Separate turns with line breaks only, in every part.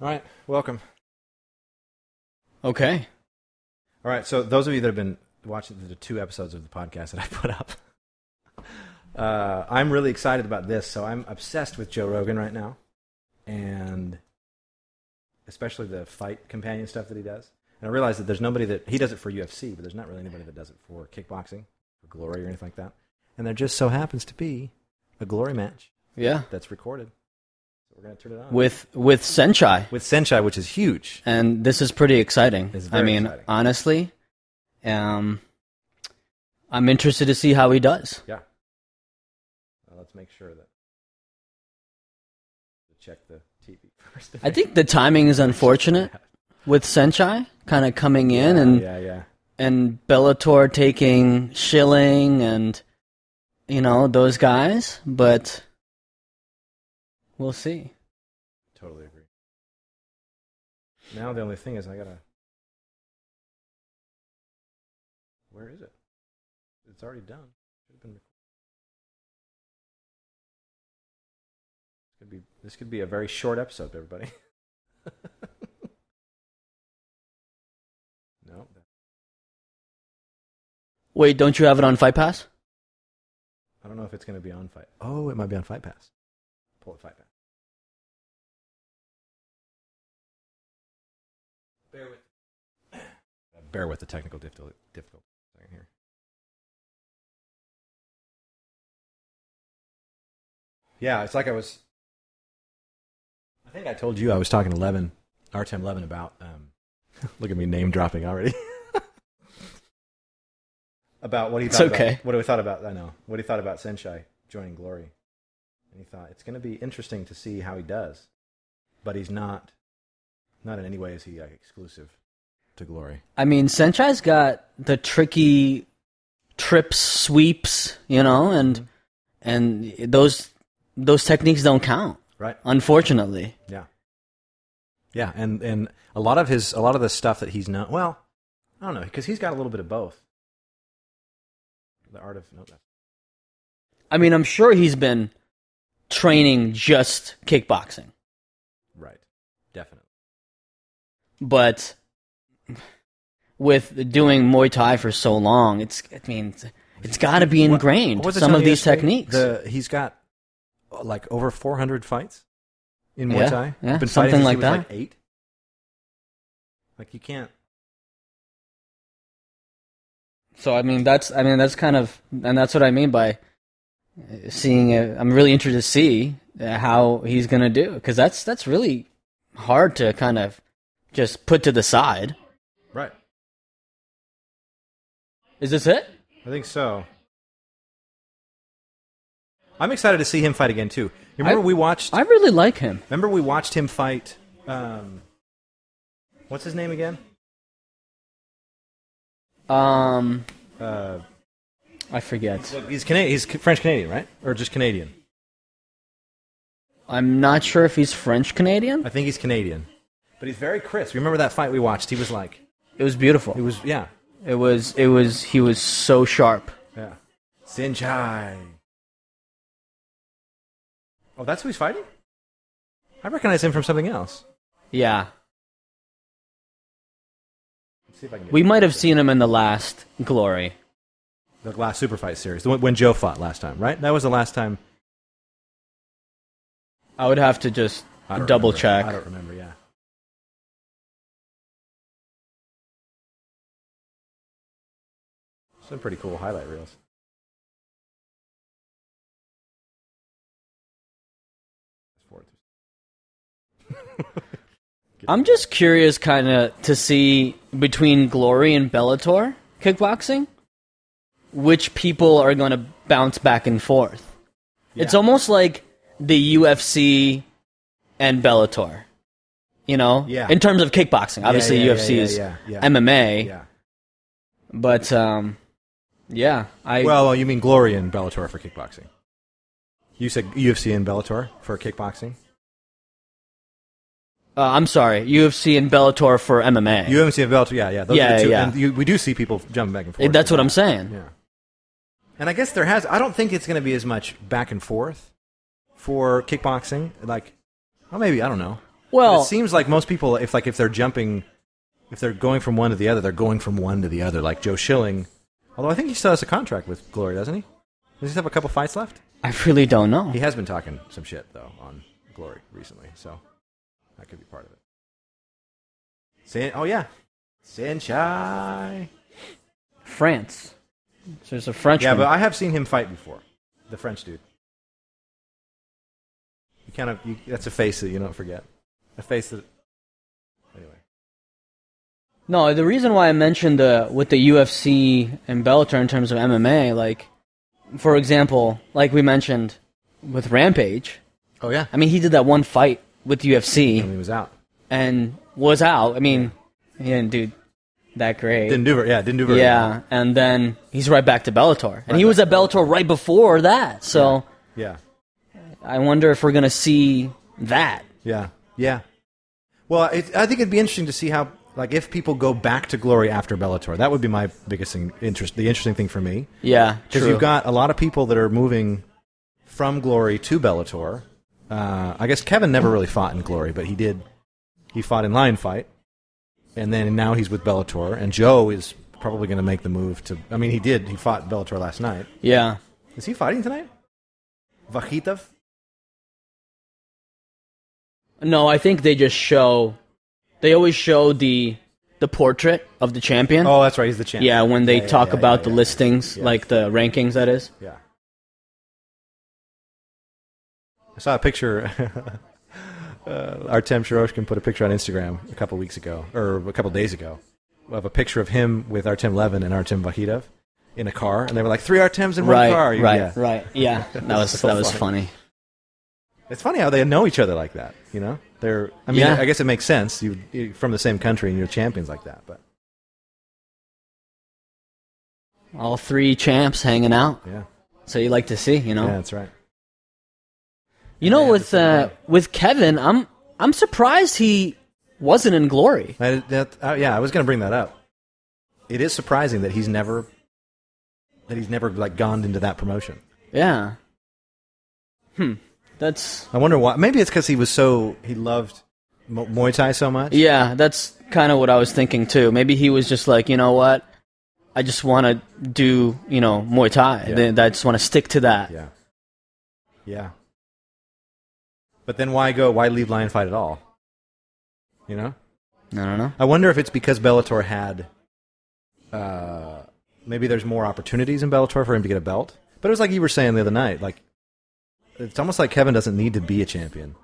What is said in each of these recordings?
All right, welcome.
Okay.
All right, so those of you that have been watching the two episodes of the podcast that I put up, uh, I'm really excited about this. So I'm obsessed with Joe Rogan right now, and especially the fight companion stuff that he does. And I realize that there's nobody that he does it for UFC, but there's not really anybody that does it for kickboxing, or glory, or anything like that. And there just so happens to be a glory match
Yeah.
that's recorded. So we're gonna turn it on
With with Senchai,
with Senchai, which is huge.
and this is pretty exciting.
It's very
I mean,
exciting.
honestly, um, I'm interested to see how he does.
Yeah. Uh, let's make sure that. Check the TV first.
I think the timing is unfortunate with Senchai kind of coming in
yeah,
and
yeah, yeah.
and Bellator taking Schilling and you know those guys, but we'll see.
Totally agree. Now the only thing is I gotta. Where is it? It's already done. Should've been recorded. Could be. This could be a very short episode, everybody. no. that-
Wait, don't you have it on Fight Pass?
I don't know if it's going to be on Fight. Oh, it might be on Fight Pass. Pull the Fight Pass. Bear with. Bear with the technical difficulty. Difficult second here. Yeah, it's like I was. I think I told you I was talking to Levin, our Tim Levin, about. Um, look at me name dropping already. about what he
It's
thought. about-
okay.
what do we thought about? I know what he thought about Senshai joining Glory, and he thought it's going to be interesting to see how he does, but he's not. Not in any way is he like, exclusive to Glory.
I mean, Senchai's got the tricky trips, sweeps, you know, and and those those techniques don't count,
Right.
unfortunately.
Yeah. Yeah, and and a lot of his a lot of the stuff that he's known. Well, I don't know because he's got a little bit of both. The art of no, that's-
I mean, I'm sure he's been training just kickboxing,
right, definitely.
but with doing Muay Thai for so long, it's I mean, it's, it's got to be
What-
ingrained
what was it
some
telling
of
you
these
yesterday?
techniques.
The, he's got uh, like over four hundred fights in Muay
Yeah,
Thai.
yeah,
Been fighting
something
since
like
he was
that.
Like eight. Like you can't.
So I mean that's I mean that's kind of and that's what I mean by uh, seeing. i I'm really interested to see uh, how he's gonna do because that's that's really hard to kind of just put to the side.
Right.
Is this it?
I think so. I'm excited to see him fight again too. You remember
I-
we watched
I really like him.
Remember we watched him fight. Um, what's his name again?
Um,
Uh,
I forget.
he's Canadian. He's French Canadian, right? Or just Canadian?
I'm not sure if he's French Canadian.
I think he's Canadian. But he's very crisp. Remember that fight we watched? He was like,
It was beautiful.
it was yeah,
It was it was he was so sharp.
yeah. Sinchai. Oh, that's who he's fighting. I recognize him from something else.
Yeah,
Let's see if I can get
we might have seen him in the last Glory.
the last super fight series, the one when Joe fought last time, right? That was the last time.
I would have to just
I don't
double
remember. I
check.
don't remember. Yeah. Some pretty cool highlight reels.
I'm just curious, kind of, to see between Glory and Bellator kickboxing, which people are going to bounce back and forth. It's
Yeah.
almost like the UFC and Bellator, you know,
Yeah.
in terms of kickboxing. Obviously,
yeah, yeah,
UFC
yeah,
is
yeah, yeah.
MMA,
Yeah.
but um, yeah, I
Well, you mean Glory and Bellator for kickboxing? You said UFC and Bellator for kickboxing.
uh, I'm sorry, UFC and Bellator for MMA.
UFC and Bellator. Yeah, yeah. Those are
Yeah,
the two.
yeah.
And you, we do see people jumping back and forth.
That's what I'm saying.
Yeah. And I guess there has. I don't think it's going to be as much back and forth for kickboxing. Like, well, maybe I don't know. But
Well,
it seems like most people, if like if they're jumping, if they're going from one to the other, they're going from one to the other. Like Joe Schilling, although I think he still has a contract with Glory, doesn't he? Does he have a couple fights left?
I really don't know.
He has been talking some shit though on Glory recently, so that could be part of it. San- oh yeah, Sanchai.
France. So there's a French.
Yeah, but I have seen him fight before. The French dude. You kind of you, that's a face that you don't forget. A face that. Anyway,
No, the reason why I mentioned the with the UFC and Bellator in terms of MMA, like for example, like we mentioned with Rampage.
Oh, yeah.
I mean, he did that one fight with
and
UFC
he was out.
and was out. I mean, he didn't do that great.
Didn't do very. Yeah, didn't do very. well.
yeah, and then he's right back to Bellator, and he was at Bellator right before that. So
Yeah.
I wonder if we're gonna see that.
Yeah. Yeah. Well, it, I think it'd be interesting to see how, like, if people go back to Glory after Bellator. That would be my biggest thing, interest. The interesting thing for me
Yeah,
because
true.
you've got a lot of people that are moving from Glory to Bellator. Uh, I guess Kevin never really fought in Glory, but he did. He fought in Lion Fight, and then now he's with Bellator. And Joe is probably going to make the move to. I mean, he did. He fought Bellator last night.
yeah,
Is he fighting tonight? Vachitov.
no, I think they just show. They always show the the portrait of the champion.
Oh, that's right. He's the champion.
Yeah, when they
yeah,
talk
yeah, yeah,
about the
yeah.
listings,
Yeah.
like the rankings, that is.
Yeah. I saw a picture. uh, Artem Shiroshkin put a picture on Instagram a couple weeks ago, or a couple days ago, of a picture of him with Artem Levin and Artem Vahidov in a car, and they were like three Artems in
right,
one car. You-
right,
yeah.
right. Yeah, that was
So
that was
funny.
funny.
It's funny how they know each other like that. You know, they're. I mean,
Yeah.
I guess it makes sense. You you're from the same country and you're champions like that, but
All three champs hanging out.
yeah,
So you like to see, you know.
yeah, that's right.
You know,
Yeah,
with
that's a
uh,
good
with Kevin, I'm I'm surprised he wasn't in glory.
I, that, uh, yeah, I was going to bring that up. It is surprising that he's never that he's never like gone into that promotion.
Yeah. Hmm. That's
I wonder why. Maybe it's because he was so he loved Mu- Muay Thai so much.
yeah. That's kind of what I was thinking too. Maybe he was just like, you know what, I just want to do, you know, Muay Thai.
Yeah.
Then I just want to stick to that.
yeah, yeah. But then why go? Why leave Lion Fight at all? You know.
I don't know.
I wonder if it's because Bellator had. Uh, maybe there's more opportunities in Bellator for him to get a belt. But it was like you were saying the other night. Like, it's almost like Kevin doesn't need to be a champion.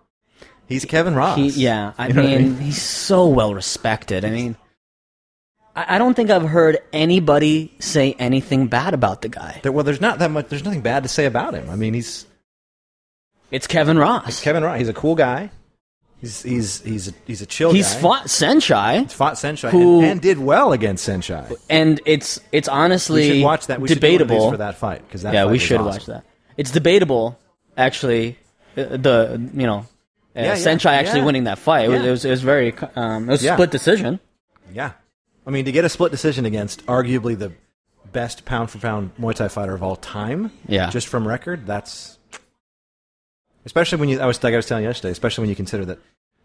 He's Kevin Ross.
He, yeah, I
You know
mean,
what I mean?
he's so well respected. I mean, I, I don't think I've heard anybody say anything bad about the guy.
There, well, there's not that much. There's nothing bad to say about him. I mean, he's
It's Kevin Ross.
Kevin Ross. He's a cool guy. He's he's he's a, he's a chill.
he's
guy.
fought Senshai,
He's fought Senshai
Who-
and, and did well against Senshai.
and it's it's
We
honestly
should watch that. We should do one of these
debatable.
for that fight because
yeah, we should watch that. It's debatable, actually. uh, The you know, uh,
Yeah, yeah,
Senshai actually
yeah.
winning that fight. It, was,
Yeah.
it was it was very um, it was
Yeah.
a split decision.
Yeah, I mean to get a split decision against arguably the best pound for pound Muay Thai fighter of all time.
Yeah.
just from record, that's especially when you. I was like I was telling you yesterday, especially when you consider that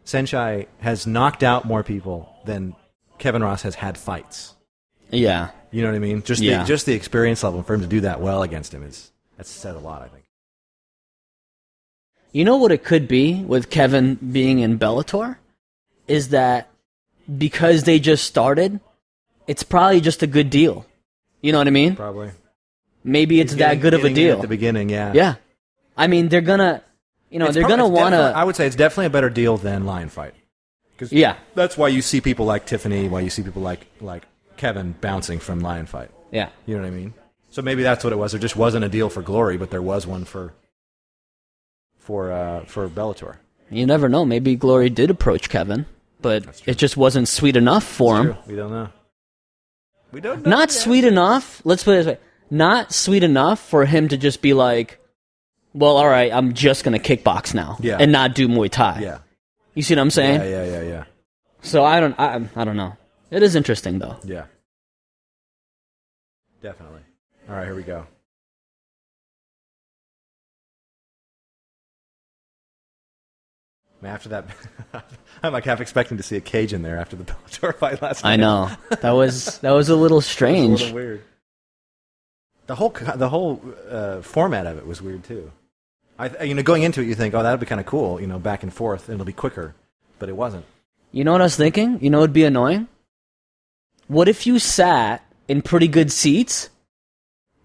Senshai has knocked out more people than Kevin Ross has had fights.
Yeah,
You know what I mean? Just
Yeah.
the, just the experience level for him to do that well against him is that's said a lot. I think.
You know what it could be with Kevin being in Bellator? Is that because they just started, it's probably just a good deal. You know what I mean?
Probably.
Maybe it's that good of a
At
deal.
the beginning, yeah.
Yeah. I mean, they're gonna, you know,
It's
they're
prob-
gonna
it's
wanna.
defi- I would say it's definitely a better deal than Lion Fight. Cause
Yeah.
That's why you see people like Tiffany, why you see people like like Kevin bouncing from Lion Fight.
yeah.
You know what I mean? So maybe that's what it was. There just wasn't a deal for Glory, but there was one for for uh, for Bellator.
You never know. Maybe Glory did approach Kevin, but it just wasn't sweet enough for him.
True. We don't know. We don't know.
Not sweet enough. Let's put it this way. Not sweet enough for him to just be like, well, all right, I'm just gonna kickbox now
Yeah.
and not do Muay Thai.
Yeah.
You see what I'm saying?
Yeah. Yeah. Yeah. Yeah.
So I don't, I, I don't know. It is interesting though.
Yeah. Definitely. All right, here we go. I mean, after that, I'm like half expecting to see a cage in there after the Bellator fight last night.
I know that was that was a little
It was a
strange.
little weird. The whole co- the whole uh, format of it was weird too. I th- you know going into it, you think, oh, that'll be kind of cool, you know, back and forth, and it'll be quicker, but it wasn't.
You know what I was thinking? You know what'd be annoying? What if you sat in pretty good seats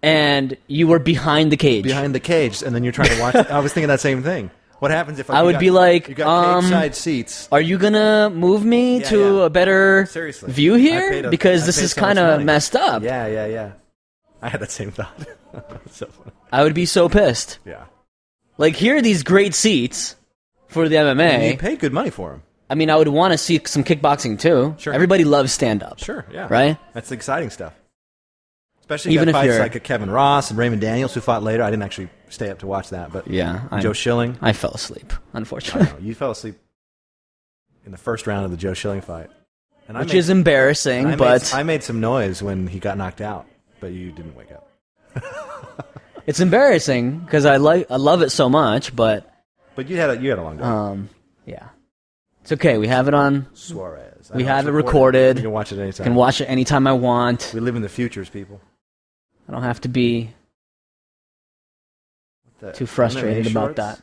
and you were behind the cage?
Behind the cage, and then you're trying to watch. I was thinking that same thing. What happens if like,
I
you
would
got-
be like,
you got
um,
cage side seats?
Are you gonna move me
Yeah,
to
yeah.
a better
Seriously,
view
I
here?
paid a-
because
I
this
paid
is
so much
kind of
money.
messed up.
Yeah, yeah, yeah. I had that same thought. so funny.
I would be so pissed.
Yeah,
Like here are these great seats for the MMA.
you paid good money for them.
I mean, I would want to see some kickboxing too.
Sure.
Everybody loves stand up.
Sure, yeah.
Right?
That's the exciting stuff. Especially Even
Even if
fights
you're-
like Kevin Ross and Raymond Daniels who fought later. I didn't actually stay up to watch that, but
Yeah. I,
Joe Schilling.
I fell asleep, unfortunately.
I know, you fell asleep in the first round of the Joe Schilling fight. And
Which is embarrassing,
I made,
but
I made some noise when he got knocked out, but you didn't wake up.
it's embarrassing because I like I love it so much, but
But you had a, you had a long day.
um, yeah, it's okay. We have it on.
Suarez. I
we
know, it's
have it recorded.
You can watch it anytime.
Can watch it anytime I want.
we live in the futures, people.
I don't have to be
The
too frustrated
MMA shorts?
about that.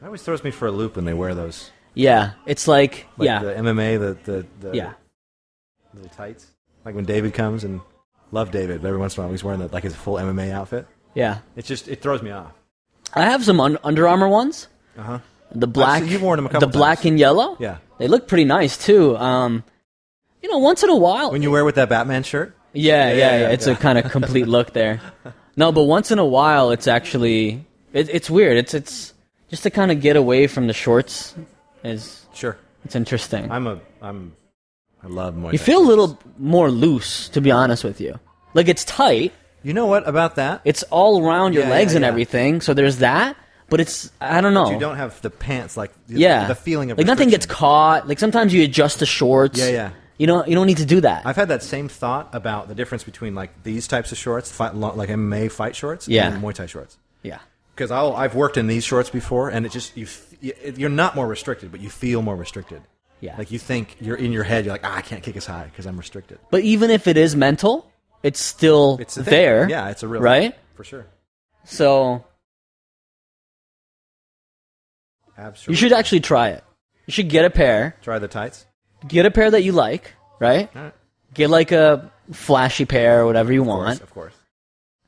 That always throws me for a loop when they wear those.
Yeah, it's like,
Like
yeah,
The MMA, the, the, the
yeah,
little tights. Like when David comes and love David, but every once in a while he's wearing the, like his full MMA outfit.
yeah.
It just it throws me off.
I have some un- Under Armour ones.
Uh huh.
The black,
you've worn 'em a
the
couple
black
times.
and yellow.
Yeah.
They look pretty nice too. Um, you know, once in a while,
When you wear it with that Batman shirt,
Yeah, yeah, yeah.
yeah, yeah.
It's a kind of complete look there. No, but once in a while, it's actually it, it's weird. It's it's just to kind of get away from the shorts is
sure.
it's interesting.
I'm a I'm I love Muay
you
Thai.
feel a little more loose, to be honest with you. Like it's tight.
You know what about that?
It's all around your
Yeah,
legs
yeah,
and
yeah.
everything. So there's that. But it's I don't know.
You don't have the pants like the,
Oh. yeah,
the feeling of
like nothing gets
restriction.
caught. Like sometimes you adjust the shorts.
Yeah, yeah.
You know, you don't need to do that.
I've had that same thought about the difference between like these types of shorts, fight, lo- like MMA fight shorts,
Yeah.
and Muay Thai shorts.
yeah.
Because I've worked in these shorts before, and it just you f- you- you're not more restricted, but you feel more restricted.
Yeah.
Like you think you're in your head, you're like, ah, I can't kick as high because I'm restricted.
But even if it is mental, it's still
It's a thing.
there.
Yeah, it's a real
right.
for sure.
So
Absolutely.
you should actually try it. You should get a pair.
try the tights.
Get a pair that you like, right?
All right.
Get like a flashy pair or whatever you
Of course,
want,
of course.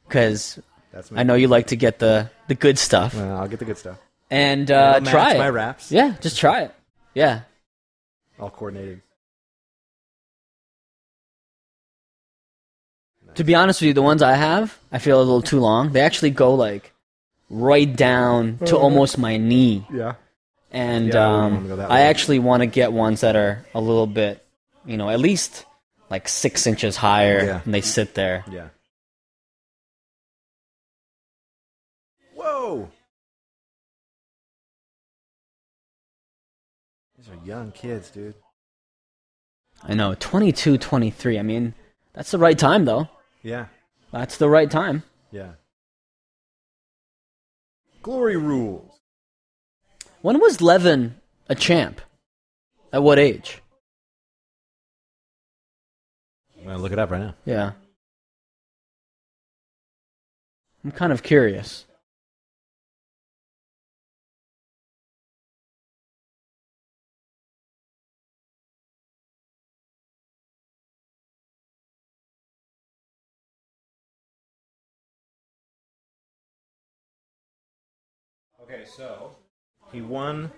because
That's me.
I know you like to get the the good stuff.
Well, I'll get the good stuff.
And
That'll
uh,
match
try it.
my wraps.
Yeah, just try it. Yeah,
All coordinated.
To be honest with you, the ones I have, I feel a little too long. They actually go like right down to almost my knee,
Yeah.
and
Mm-hmm. Yeah, I wouldn't wanna go
um,
that
I
way.
actually want to get ones that are a little bit, you know, at least like six inches higher,
Yeah.
and they sit there.
Yeah. Whoa. These are young kids, dude.
I know, 22, 23. I mean, that's the right time though.
Yeah.
That's the right time.
Yeah. Glory rules.
When was Levin a champ? At what age?
I'm gonna look it up right now.
Yeah. I'm kind of curious.
Okay, so he won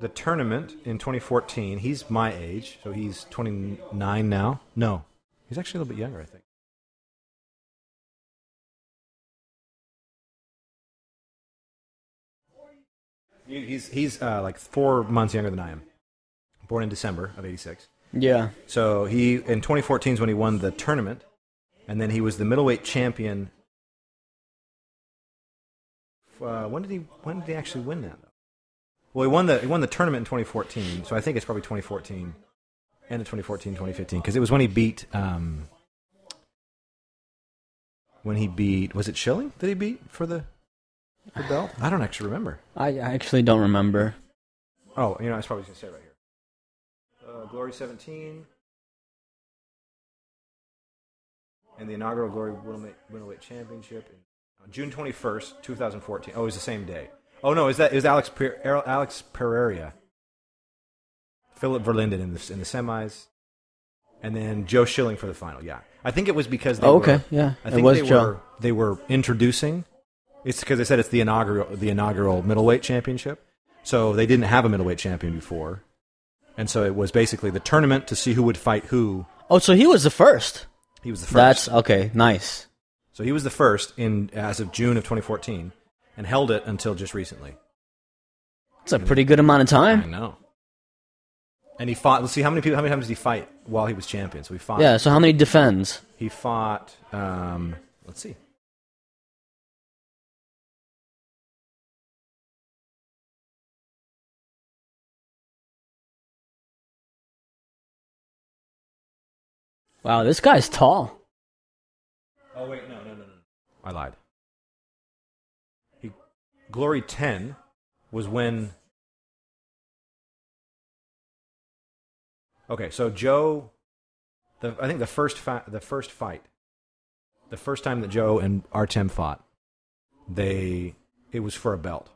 the tournament in 2014. He's my age, so he's 29 now. No, he's actually a little bit younger, I think. He- He's he's uh, like four months younger than I am. Born in December of '86.
Yeah.
So he in 2014 is when he won the tournament, and then he was the middleweight champion. Uh, when did he? When did he actually win that? Well, he won the he won the tournament in 2014, so I think it's probably 2014, end of 2014, 2015, because it was when he beat um, when he beat was it Schilling that he beat for the, the belt? I don't actually remember.
I, I actually don't remember.
Oh, you know, I was probably going to say it right here. Uh, Glory 17. And the inaugural Glory Welterweight Welterweight Championship in on June 21st, 2014. Oh, it was the same day. Oh, no, is that is Alex, per, Er- Alex Pereira. Philip Verlinden in the, in the semis. And then Joe Schilling for the final, yeah. I think it was because they
Oh,
were-
okay, yeah,
I
it
think
was
they
Joe.
were they were introducing. It's because they said it's the inaugural the inaugural middleweight championship, so they didn't have a middleweight champion before, and so it was basically the tournament to see who would fight who.
Oh, so he was the first.
He was the first.
That's okay. Nice.
so he was the first in as of June of 2014, and held it until just recently.
It's a pretty good amount of
I
time.
know. And he fought. Let's see how many people. How many times did he fight while he was champion? So he fought.
Yeah. So how many defends?
He fought. Um, let's see.
Wow, this guy's tall.
Oh wait, no, no, no, no. I lied. He, Glory ten was when. Okay, so Joe, the I think the first fi- the first fight, the first time that Joe and Artem fought, they it was for a belt.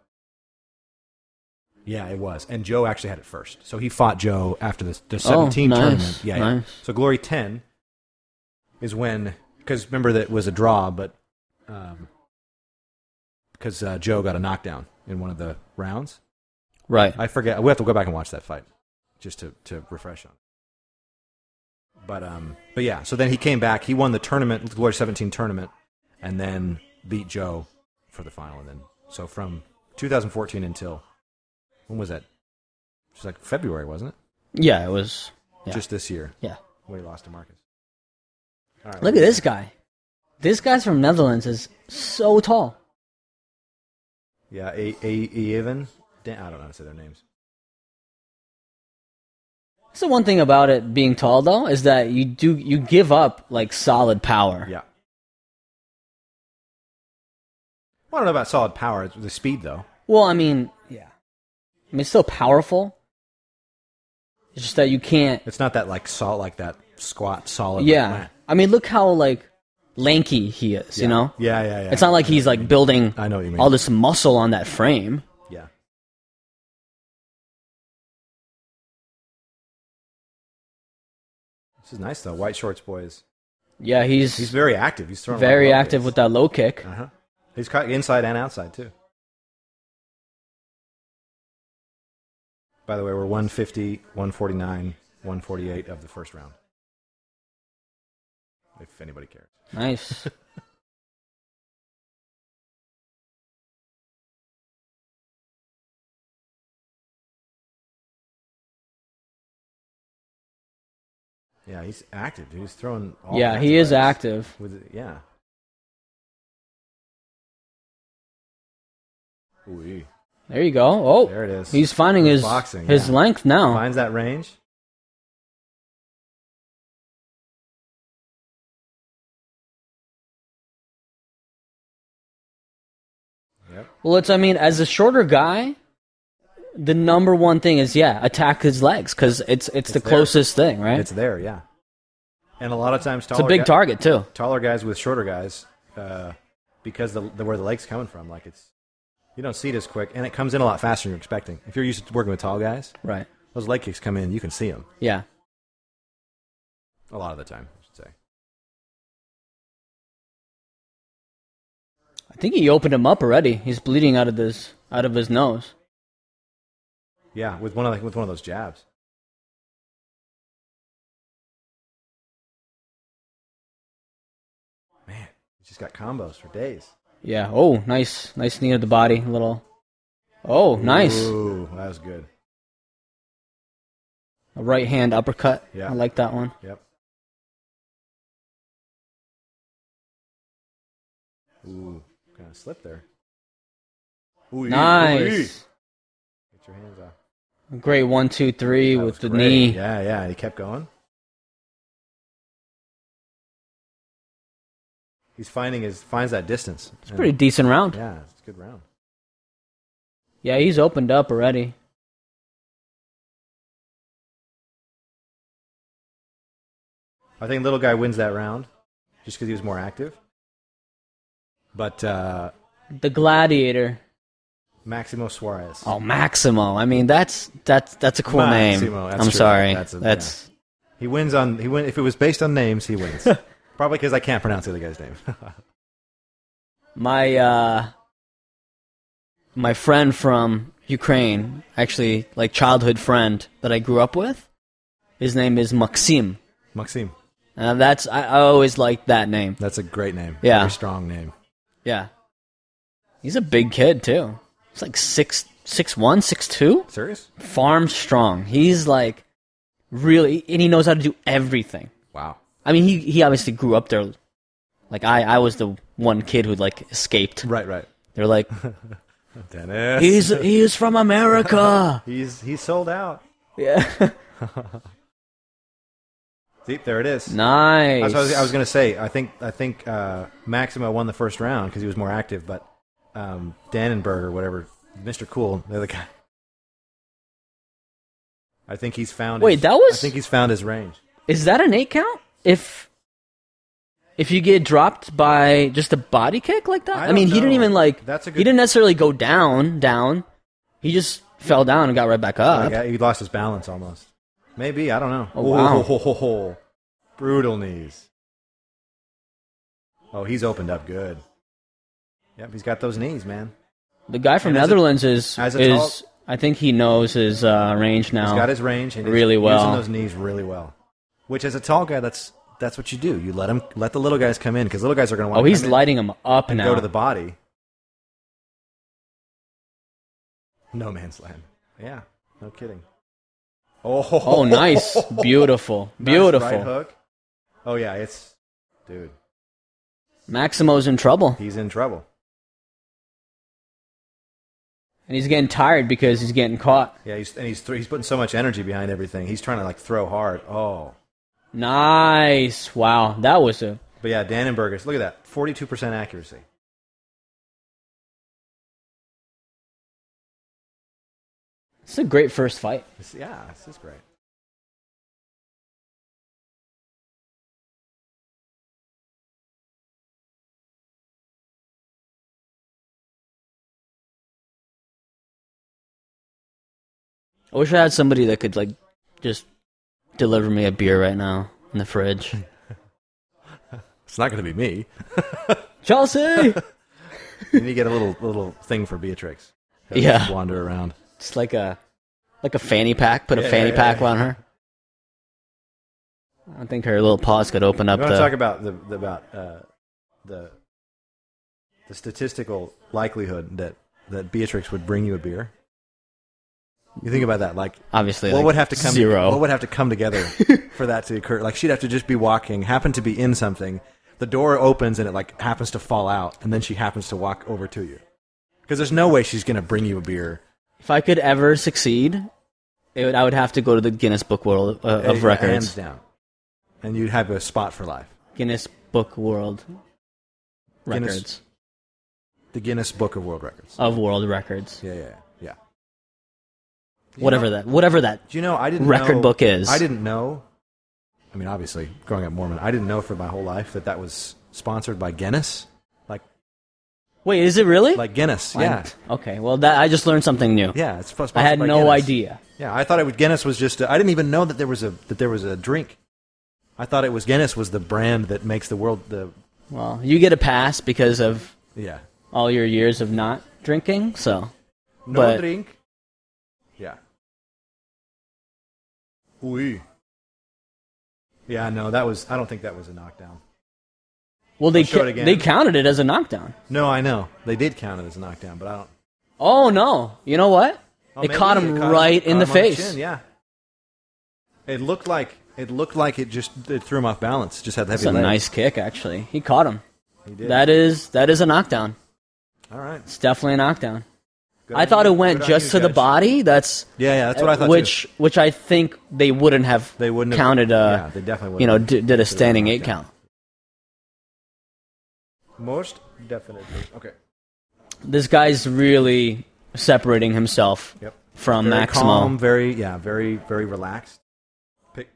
Yeah, it was, and Joe actually had it first. So he fought Joe after the the seventeen
Oh, nice,
tournament. Yeah, yeah.
nice.
So Glory ten is when because remember that it was a draw, but um, because uh, Joe got a knockdown in one of the rounds.
Right.
I forget. We have to go back and watch that fight just to, to refresh on. it. But um, but yeah. So then he came back. He won the tournament, the Glory 17 tournament, and then beat Joe for the final. And then so from 2014 until when was that? Just like February, wasn't it?
Yeah, it was. Yeah.
Just this year
yeah.
when he lost to Marcus. All right,
Look at this guy. This guy's from Netherlands is so tall.
Yeah, a a even. I don't know how to say their names.
That's the one thing about it being tall though is that you do you give up like solid power.
Yeah. Well, I don't know about solid power. It's the speed though.
Well, I mean, yeah. I mean, it's still powerful. It's just that you can't.
It's not that like solid, like that squat solid.
yeah.
like, meh.
I mean, look how like lanky he is.
Yeah.
You know,
Yeah, yeah, yeah.
it's not like he's like building
I know what you mean.
all this muscle on that frame.
yeah. This is nice though. White shorts boys.
Yeah, he's,
He's very active. He's throwing
very active with that low kick.
Uh huh. He's caught inside and outside too. By the way, we're 150, 149, 148 of the first round. If anybody cares.
Nice.
Yeah, he's active, dude. He's throwing. All
yeah,
kinds
he
of
is
legs.
active.
With yeah. Ooh,
There you go. Oh,
There it is.
He's finding
With
his
boxing,
his
yeah.
length now.
finds that range. Yep.
Well, it's I mean, as a shorter guy, the number one thing is yeah, attack his legs because it's, it's the
there.
closest thing, right?
It's there, yeah. And a lot of times,
It's
taller
a big
guy-
target too.
taller guys with shorter guys, uh, because the, the where the leg's coming from, like it's you don't see it as quick, and it comes in a lot faster than you're expecting. If you're used to working with tall guys,
Right.
those leg kicks come in, you can see them
Yeah.
a lot of the time. I should say.
I think he opened him up already. He's bleeding out of this out of his nose.
Yeah, with one of the, with one of those jabs. Man, he's just got combos for days.
Yeah. Oh, nice, nice knee of the body. A little. Oh, nice.
Ooh, that was good.
A right hand uppercut.
Yeah.
I like that one.
Yep. Ooh, kind of slipped there. Ooh, yeah, ooh, yeah.
Nice.
Get your hands off.
Great one, two, three
That
with the
was great.
knee.
Yeah, yeah. He kept going. he's finding his finds that distance.
It's a pretty decent round.
Yeah, it's a good round.
Yeah, he's opened up already.
I think little guy wins that round, just because he was more active. But uh,
The Gladiator.
Maximo Suarez.
Oh, Maximo. I mean, that's that's that's a cool
Maximo,
name.
that's
I'm
true.
sorry.
That's
That's
a- He wins on he win if it was based on names, he wins. Probably because I can't pronounce the other guy's name.
my uh my friend from Ukraine, actually like childhood friend that I grew up with. His name is Maxim.
Maxim.
Uh, that's I, I always liked that name.
That's a great name.
Yeah.
Very strong name.
Yeah. He's a big kid too. He's like six six one, six two.
Serious?
Farm strong. He's like really and he knows how to do everything.
Wow.
I mean he he obviously grew up there like I, I was the one kid who like escaped.
Right, right.
They're like
Dennis.
he's he's from America.
he's he's sold out.
Yeah.
See, there it is.
Nice.
That's what I was, I was going to say. I think I think uh, Maximo won the first round because he was more active, but um, Dannenberg or whatever, Mr. Cool, the other guy. I think he's found.
Wait,
his-
that was-
I think he's found his range.
Is that an eight count? If if you get dropped by just a body kick like that?
I
I,
don't
mean, he didn't
know.
even like.
That's a good-
He didn't necessarily go down, down. He just fell down and got right back up.
Like, he lost his balance almost. Maybe I don't know.
Uh, Oh, wow.
ho, ho, ho. Brutal knees. Oh, he's opened up good. Yep, he's got those knees, man.
The guy from
And as a-
Netherlands is
as a tall-
is. I think he knows his uh, range
He's got
now.
his range and
Really
he's using
well.
those knees really well. Which, as a tall guy, that's that's what you do. You let him let the little guys come in because little guys are going to want.
Oh, he's
come in
lighting him up
and
now.
go to the body. No man's land. Yeah, no kidding. Oh, ho, ho,
oh, nice,
ho, ho, ho.
beautiful,
Nice
beautiful.
right hook. Oh yeah, it's dude.
Maximo's in trouble,
He's in trouble.
and he's getting tired because he's getting caught.
Yeah, he's and he's th- he's putting so much energy behind everything. He's trying to like throw hard. Oh,
Nice, wow, that was a
but yeah, Dannenberg is. Look at that, forty-two percent accuracy.
It's a great first fight.
This- yeah, this is great.
I wish I had somebody that could like just deliver me a beer right now in the fridge.
It's not going to be me.
Chelsea,
you need to get a little little thing for Beatrix. Have her
Yeah.
just wander around.
it's like a like a fanny pack. Put a
Yeah,
fanny
yeah,
pack
yeah.
on her. I think her little paws could open
I
up
want to talk
the.
about the, the about uh, the the statistical likelihood that that Beatrix would bring you a beer. You think about that, like
Obviously,
what
like,
would have to come
zero.
what would have to come together for that to occur like she'd have to just be walking happen to be in something the door opens and it like happens to fall out and then she happens to walk over to you because there's no way she's going to bring you a beer
if I could ever succeed, it would, I would have to go to the Guinness Book World uh, of
Eh, hands
Records.
down and you'd have a spot for life
Guinness Book World
Guinness-
Records
the guinness book of world records
of World Records,
yeah yeah yeah You
whatever
know-
that, whatever that.
do you know i didn't
record
know-
book is.
i didn't know i mean obviously growing up mormon i didn't know for my whole life that that was sponsored by guinness like
Wait, is it really?
like guinness yeah
Okay. Well, that I just learned something new.
yeah it's sponsored
I had
by
no
Guinness.
idea.
Yeah, I thought it was Guinness was just. I I didn't even know that there was a that there was a drink. I thought it was Guinness was the brand that makes the world the
Well, you get a pass because of
yeah
all your years of not drinking. So,
no
But-
drink. Yeah. Oui. Yeah, no, that was. I don't think that was a knockdown.
well, they
I'll show
ca-
it again.
they counted it as a knockdown.
No, I know they did count it as a knockdown, but I don't.
Oh no! You know what?
Oh,
they
maybe
caught him
it
right
caught
in the
him on
face.
chin, yeah. It looked like it looked like it just it threw him off balance. Just had the heavy
That's a
leg.
nice kick, actually. He caught him.
He did.
That is that is a knockdown.
All right.
It's definitely a knockdown.
Good
I
on
thought
you.
it went
Good on
just
you,
to the
Judge.
body. That's
Yeah, yeah, that's what I thought. too.
Which which I think they wouldn't have
They wouldn't have-
counted.
yeah,
uh,
they definitely
you know
wouldn't have
d- did a
considered a
standing eight
knockdown.
count.
Most definitely. Okay.
This guy's really separating himself
Yep.
from
very
Maximo.
calm, very yeah, very very relaxed. Pick,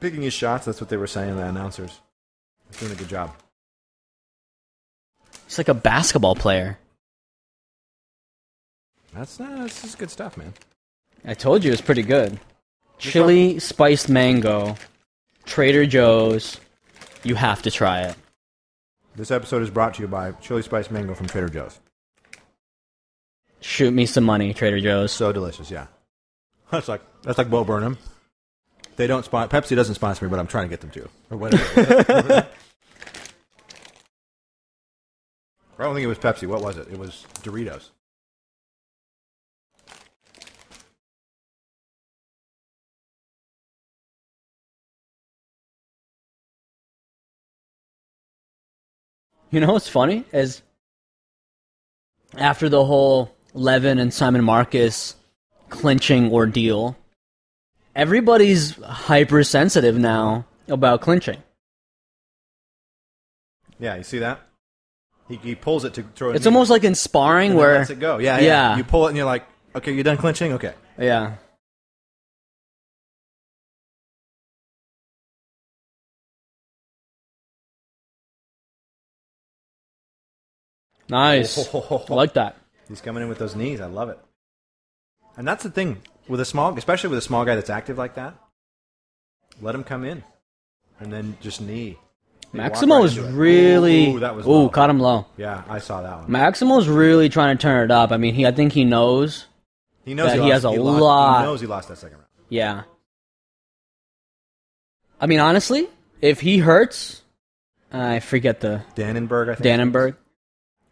picking his shots. That's what they were saying. The announcers. He's doing a good job.
He's like a basketball player.
That's uh, that's just good stuff, man.
I told you it was pretty good. Chili spiced mango, Trader Joe's. You have to try it.
This episode is brought to you by Chili Spice Mango from Trader Joe's.
Shoot me some money, Trader Joe's.
So delicious, yeah. That's like that's like Bo Burnham. They don't sponsor Pepsi doesn't sponsor me, but I'm trying to get them to or whatever. I don't think it was Pepsi. What was it? It was Doritos.
You know what's funny is after the whole Levin and Simon Marcus clinching ordeal, everybody's hypersensitive now about clinching.
Yeah, you see that? He, he pulls it to throw it.
It's almost like in sparring
and then
where
lets it go. Yeah, yeah,
Yeah.
You pull it and you're like, okay, you done clinching. Okay,
yeah. Nice.
Oh.
I like that.
he's coming in with those knees. I love it. And that's the thing with a small, especially with a small guy that's active like that. Let him come in, and then just knee. They walk
Maximo
right
is
into it.
really
Ooh, that was.
ooh
low.
caught him low.
Yeah, I saw that one.
Maximo's really trying to turn it up. I mean, he I think he knows.
He knows he,
Yeah, he
lost-
has a
lost-
lot.
He knows he lost that second round.
Yeah. I mean, honestly, if he hurts, I forget the
Dannenberg, I think.
Dannenberg.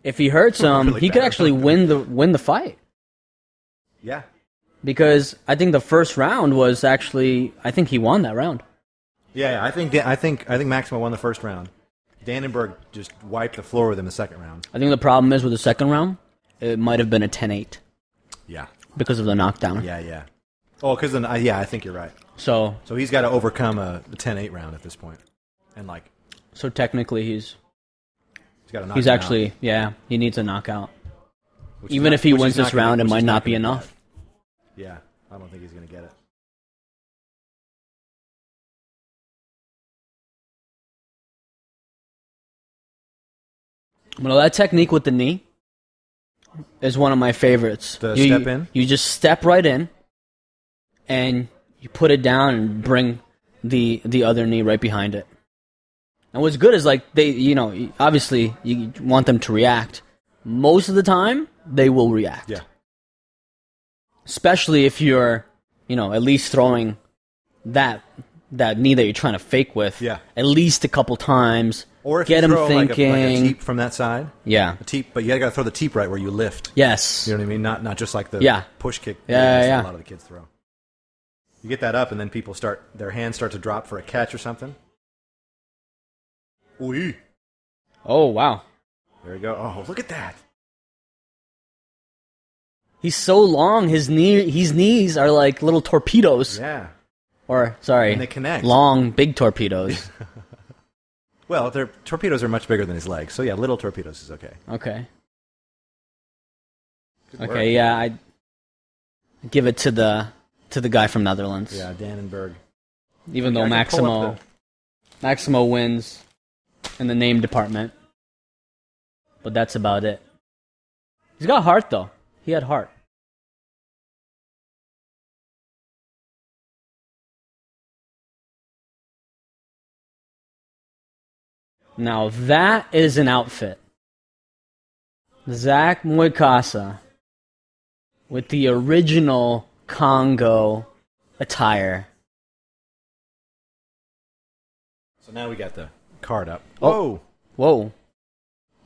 If he hurts him,
Really
he could
bad.
actually win the win the fight
Yeah,
because I think the first round was actually I think he won that round.
yeah. yeah. I think Dan- I think I think Maximo won the first round. Dannenberg just wiped the floor with him the second round.
I think the problem is with the second round, it might have been a 10-8
Yeah,
because of the knockdown.
yeah, yeah. Oh, because then I, yeah, I think you're right.
So,
So he's got to overcome a 10-8 round at this point, and like
so technically he's
he's got to knock.
he's
him
actually yeah, he needs a knockout.
out, which is
Even
not-
if he
which is
wins
not
this
gonna-
round, it
which
might
is
not be
gonna
enough.
get- Yeah, I don't think he's gonna get it.
Well, that technique with the knee is one of my favorites.
The
you,
step in?
You just step right in, and you put it down and bring the the other knee right behind it. And what's good is like they, you know, obviously you want them to react. Most of the time, they will react.
Yeah,
Especially if you're, you know, at least throwing that that knee that you're trying to fake with.
Yeah.
At least a couple times.
or if
get
you
them
throw
thinking.
like a, like a teep from that side,
yeah.
a teep, but you got to throw the teep right where you lift.
Yes.
You know what I mean? Not not just like the
Yeah.
push kick.
Yeah,
that
yeah,
A lot of the kids throw. You get that up, and then people start their hands start to drop for a catch or something. Ooh,
Oh wow.
there we go. Oh, look at that.
He's so long. His knee, his knees are like little torpedoes,
Yeah.
or sorry,
And they connect.
Long, big torpedoes.
Well, their torpedoes are much bigger than his legs, so yeah, little torpedoes is okay.
okay,
Good
okay,
work.
yeah, I give it to the to the guy from Netherlands.
Yeah, Dannenberg.
Even
I
though
can pull
Maximo
up
Maximo wins in the name department, but that's about it. He's got heart though. He had heart. Now that is an outfit. Zach Moikasa with the original Congo attire.
So now we got the card up.
Oh.
Whoa!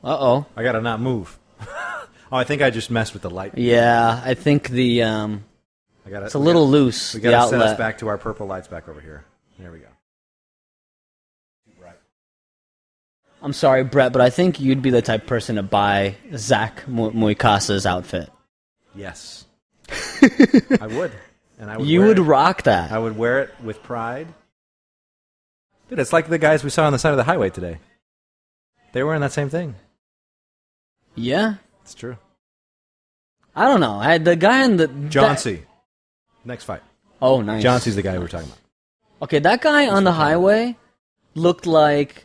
Whoa. Uh oh.
I gotta not move. oh, I think I just messed with the light.
Yeah, I think the um,
I gotta,
it's a
we
little
gotta-
loose.
We
The
gotta set us
outlet.
back to our purple lights back over here. There we go. Right.
I'm sorry, Brett, but I think you'd be the type of person to buy Zach Mu- Muikasa's outfit.
Yes. I would. And I would
you
wear
would
it.
rock that.
I would wear it with pride. Dude, it's like the guys we saw on the side of the highway today. They were wearing that same thing.
Yeah,
It's true.
I don't know. I, the guy in the
John
that-
C. Next fight.
Oh, nice.
John C's the guy we were talking about.
Okay, that guy on the highway looked like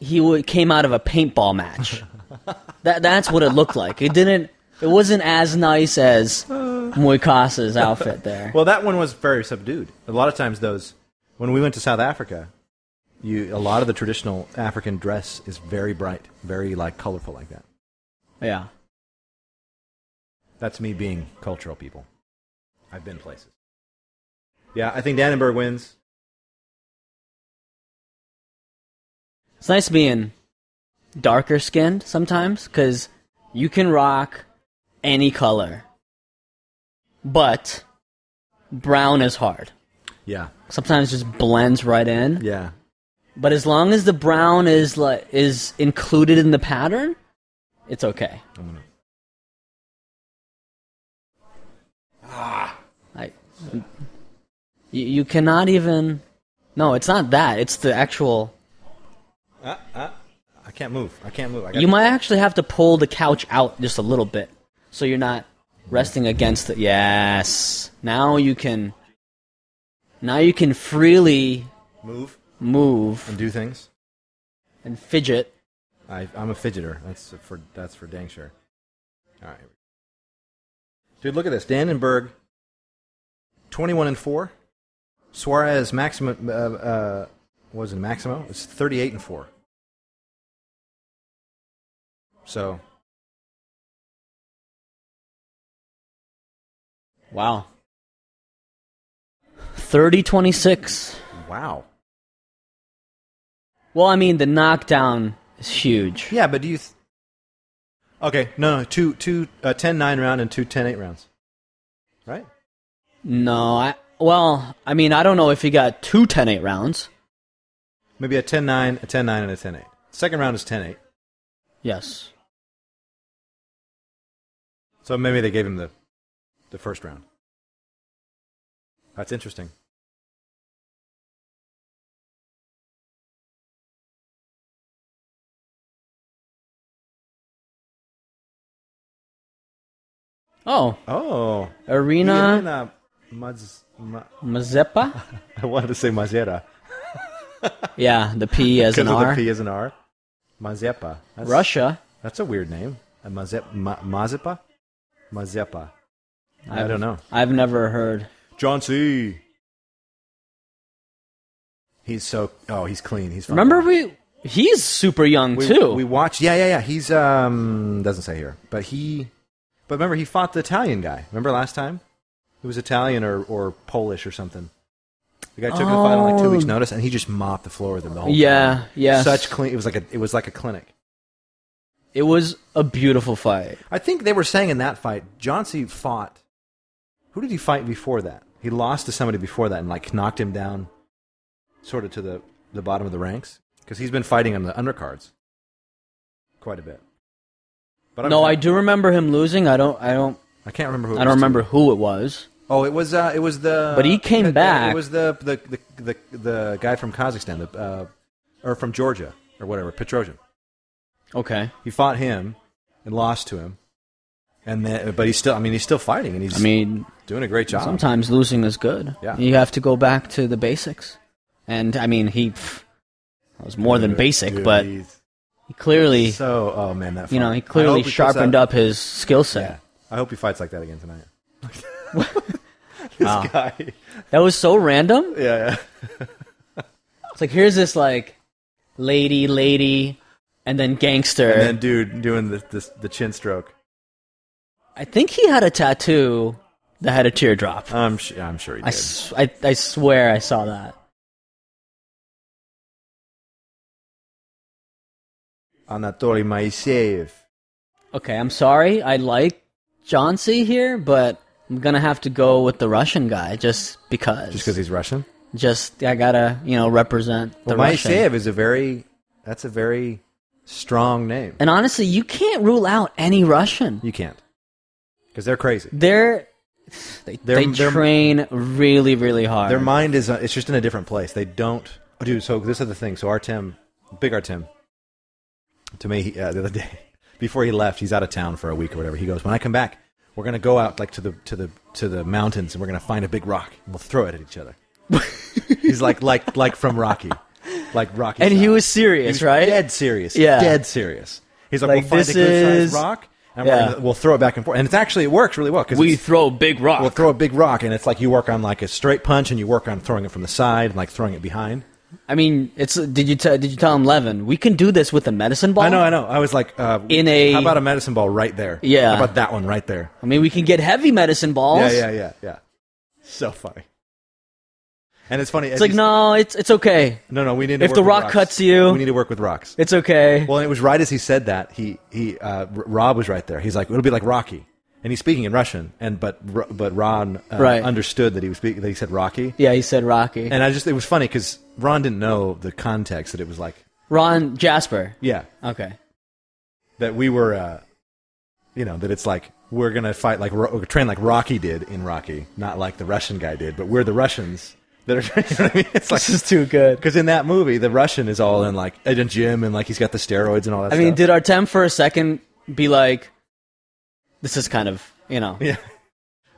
he w- came out of a paintball match. that that's what it looked like. It didn't. It wasn't as nice as Moikasa's outfit there.
Well, that one was very subdued. A lot of times, those when we went to South Africa, you a lot of the traditional African dress is very bright, very like colorful, like that.
yeah.
That's me being cultural people. I've been places. Yeah, I think Dannenberg wins.
It's nice being darker skinned sometimes because you can rock any color. But brown is hard.
Yeah,
Sometimes it just blends right in.
yeah,
But as long as the brown is like is included in the pattern, it's okay.
I'm gonna-
I, you, Ah. you cannot even. No, it's not that. It's the actual.
Ah, ah. I can't move. I can't move. I got
You might actually have to pull the couch out just a little bit, so you're not resting against it. Yes. Now you can. Now you can freely
move
move
and do things.
and fidget.
I, I'm a fidgeter. That's for that's for dang sure. All right, here we go. dude, look at this. Dannenberg, twenty-one and four. Suarez Maximo uh, uh, was it Maximo? It's thirty-eight and four. So
Wow. 30 26.
wow.
Well, I mean, the knockdown is huge.
Yeah, but do you? Th- okay, no, no, two, two, uh, 10-9 round and two 10-8 rounds, right?
No, I. Well, I mean, I don't know if he got two 10 8 rounds.
Maybe a 10-9, a 10-9, and a 10-8. Second round is 10-8.
Yes.
So maybe they gave him the the first round. That's interesting.
Oh,
Oh,
Arena
Irina Maz, Ma,
Mazepa?
I wanted to say Mazera
Yeah, the P as
because
an
of the
R.
P is an R. Mazepa. That's,
Russia.
That's a weird name. A Mazep, Ma, Mazepa, Mazepa. I don't know.
I've never heard.
John C. He's so. Oh, he's clean. He's. fine.
Remember, we. He's super young,
we,
too.
We watched. Yeah, yeah, yeah. He's um doesn't say here, but he. But remember, he fought the Italian guy. Remember last time, it was Italian or, or Polish or something. The guy took the fight on like two
Oh.
weeks' notice, and he just mopped the floor with him the whole time.
yeah, yeah.
Such clean. It was like a it was like a clinic.
It was a beautiful fight.
I think they were saying in that fight, Johnsy fought. Who did he fight before that? He lost to somebody before that and like knocked him down, sort of to the the bottom of the ranks because he's been fighting on the undercards quite a bit. But I'm-
No, I do remember him losing. I don't. I don't.
I can't remember who. It
I don't
was
remember who it was.
Oh, it was uh, it was the.
But he came
it- It
back.
was the the the the, the guy from Kazakhstan, the uh, or from Georgia or whatever, Petrosian.
Okay.
He fought him and lost to him, and then but he's still. I mean, he's still fighting and he's
I mean,
doing a great job.
sometimes losing is good.
Yeah.
You have to go back to the basics. And I mean, he pff, that was more than
Dude,
basic,
dude,
but
he's
he clearly,
so oh man, that
you know,
fight.
he
I hope
clearly
puts
sharpened
out-
up his skill
Yeah,
set.
I hope he fights like that again tonight. this
Wow.
guy,
That was so random.
yeah,
It's like here's this like lady, lady, and then gangster.
and then dude doing the this, the chin stroke.
I think he had a tattoo that had a teardrop.
I'm sh- I'm sure he
I,
did.
s- I, I swear I saw that.
Anatoly Maiseev.
Okay, I'm sorry. I like John C here, but I'm gonna have to go with the Russian guy just because.
Just because he's Russian.
just I gotta you know represent the
Well,
Russian.
Maiseev is a very that's a very strong name.
And honestly, you can't rule out any Russian.
You can't because they're crazy.
They're they,
They're-
they
they're-
train really really hard.
Their mind is uh, it's just in a different place. They don't, oh, dude. So this is the thing. So Artem, big Artem, to me he, uh, the other day before he left, he's out of town for a week or whatever. He goes, when I come back, we're gonna go out like to the to the to the mountains and we're gonna find a big rock and we'll throw it at each other. he's like like like from Rocky, like Rocky.
And he
style.
was serious,
He was
right?
Dead serious.
Yeah.
Dead serious. He's like,
Like,
we'll find
this
a good
is-
sized rock and
Yeah.
we're gonna, we'll throw it back and forth. And it's actually it works really well because
We throw a big rock.
We'll throw a big rock, and it's like you work on like a straight punch, and you work on throwing it from the side, and like throwing it behind.
I mean, it's did you t- did you tell him Levin? We can do this with a medicine ball.
I know, I know. I was like, uh,
In a-
how about a medicine ball right there?
Yeah.
how about that one right there?
I mean, we can get heavy medicine balls.
Yeah, yeah, yeah, yeah. So funny. And it's funny.
It's like no, it's it's okay.
no, no. We need to
if
work
the
with
rock
rocks.
cuts you-
We need to work with rocks.
It's okay.
Well, and it was right as he said that he he uh, R- Rob was right there. He's like, it'll be like Rocky, and he's speaking in Russian, and but R- but Ron uh,
Right.
understood that he was speaking that he said Rocky,
yeah, he said Rocky.
and I just it was funny because Ron didn't know the context that it was like
Ron Jasper.
yeah
Okay.
that we were uh, you know that it's like we're gonna fight like Ro- train like Rocky did in Rocky, not like the Russian guy did, but we're the Russians that are you know what I mean? It's like
This is too good.
Because in that movie, the Russian is all in like at a gym and like he's got the steroids and all that.
I mean,
stuff.
did Artem for a second be like, "This is kind of you know,
yeah,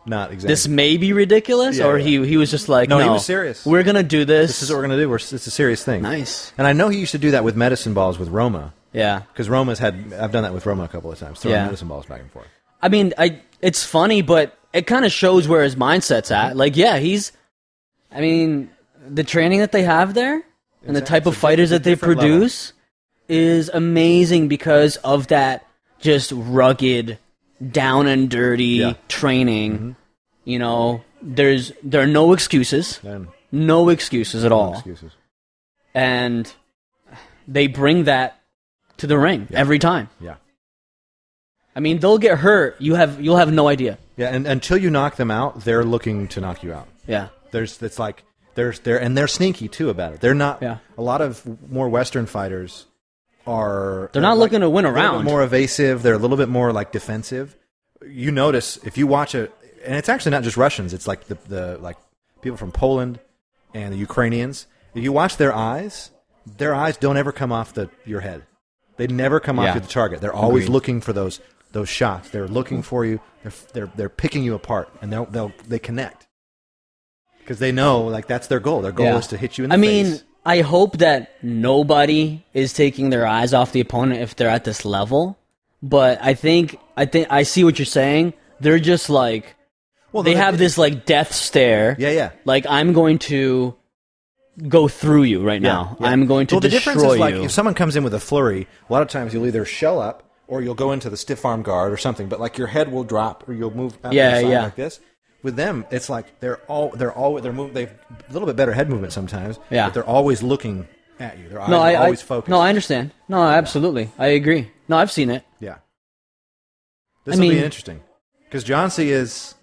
not exactly.
this may be ridiculous,"
Yeah,
or
yeah.
he he was just like,
No,
"No,
he was serious.
We're gonna do this."
This is what we're gonna do. We're, it's a serious thing.
nice.
And I know he used to do that with medicine balls with Roma
Yeah.
because Roma's had. I've done that with Roma a couple of times. Throwing
Yeah.
medicine balls back and forth.
I mean, I it's funny, but it kind of shows where his mindset's at. Like, yeah, he's. I mean, the training that they have there and the
It's a-
type
it's
of
a di- it's
fighters
a
that they
different level.
produce is amazing because of that just rugged, down and dirty
Yeah. Mm-hmm.
training. You know, there's there are no excuses,
Then
no excuses at all,
excuses.
and they bring that to the ring every time.
Yeah,
I mean, they'll get hurt. You have you'll have no idea.
yeah. And until you knock them out, they're looking to knock you out.
Yeah.
There's it's like there's they're and they're sneaky too about it. They're not.
Yeah.
A lot of more Western fighters are.
They're not
like,
looking to win a
little bit
round.
more evasive. They're a little bit more like defensive. You notice if you watch it, and it's actually not just Russians. It's like the the like people from Poland and the Ukrainians. If you watch their eyes, their eyes don't ever come off the your head. They never come
Yeah.
off the target. They're always
Agreed.
looking for those those shots. They're looking for you. They're they're, they're picking you apart, and they'll they'll they connect because they know like that's their goal. Their goal
Yeah.
is to hit you in the
I mean,
face.
I hope that nobody is taking their eyes off the opponent if they're at this level. But I think I think I see what you're saying. They're just like
Well,
they
no,
have this like death stare.
Yeah, yeah.
Like I'm going to go through you right now.
Yeah.
I'm going to
Well, the
destroy
difference is like
you.
if someone comes in with a flurry, a lot of times you'll either shell up or you'll go into the stiff arm guard or something. But like your head will drop or you'll move out to
Yeah,
the side
yeah.
like this. With them, it's like they're all they're all they're moving. They've a little bit better head movement sometimes.
Yeah.
but they're always looking at you. Their eyes
no, I,
are
I
always focused.
No, I understand. No, absolutely, I agree. No, I've seen it.
yeah. This
I
will be
mean-
interesting because John C is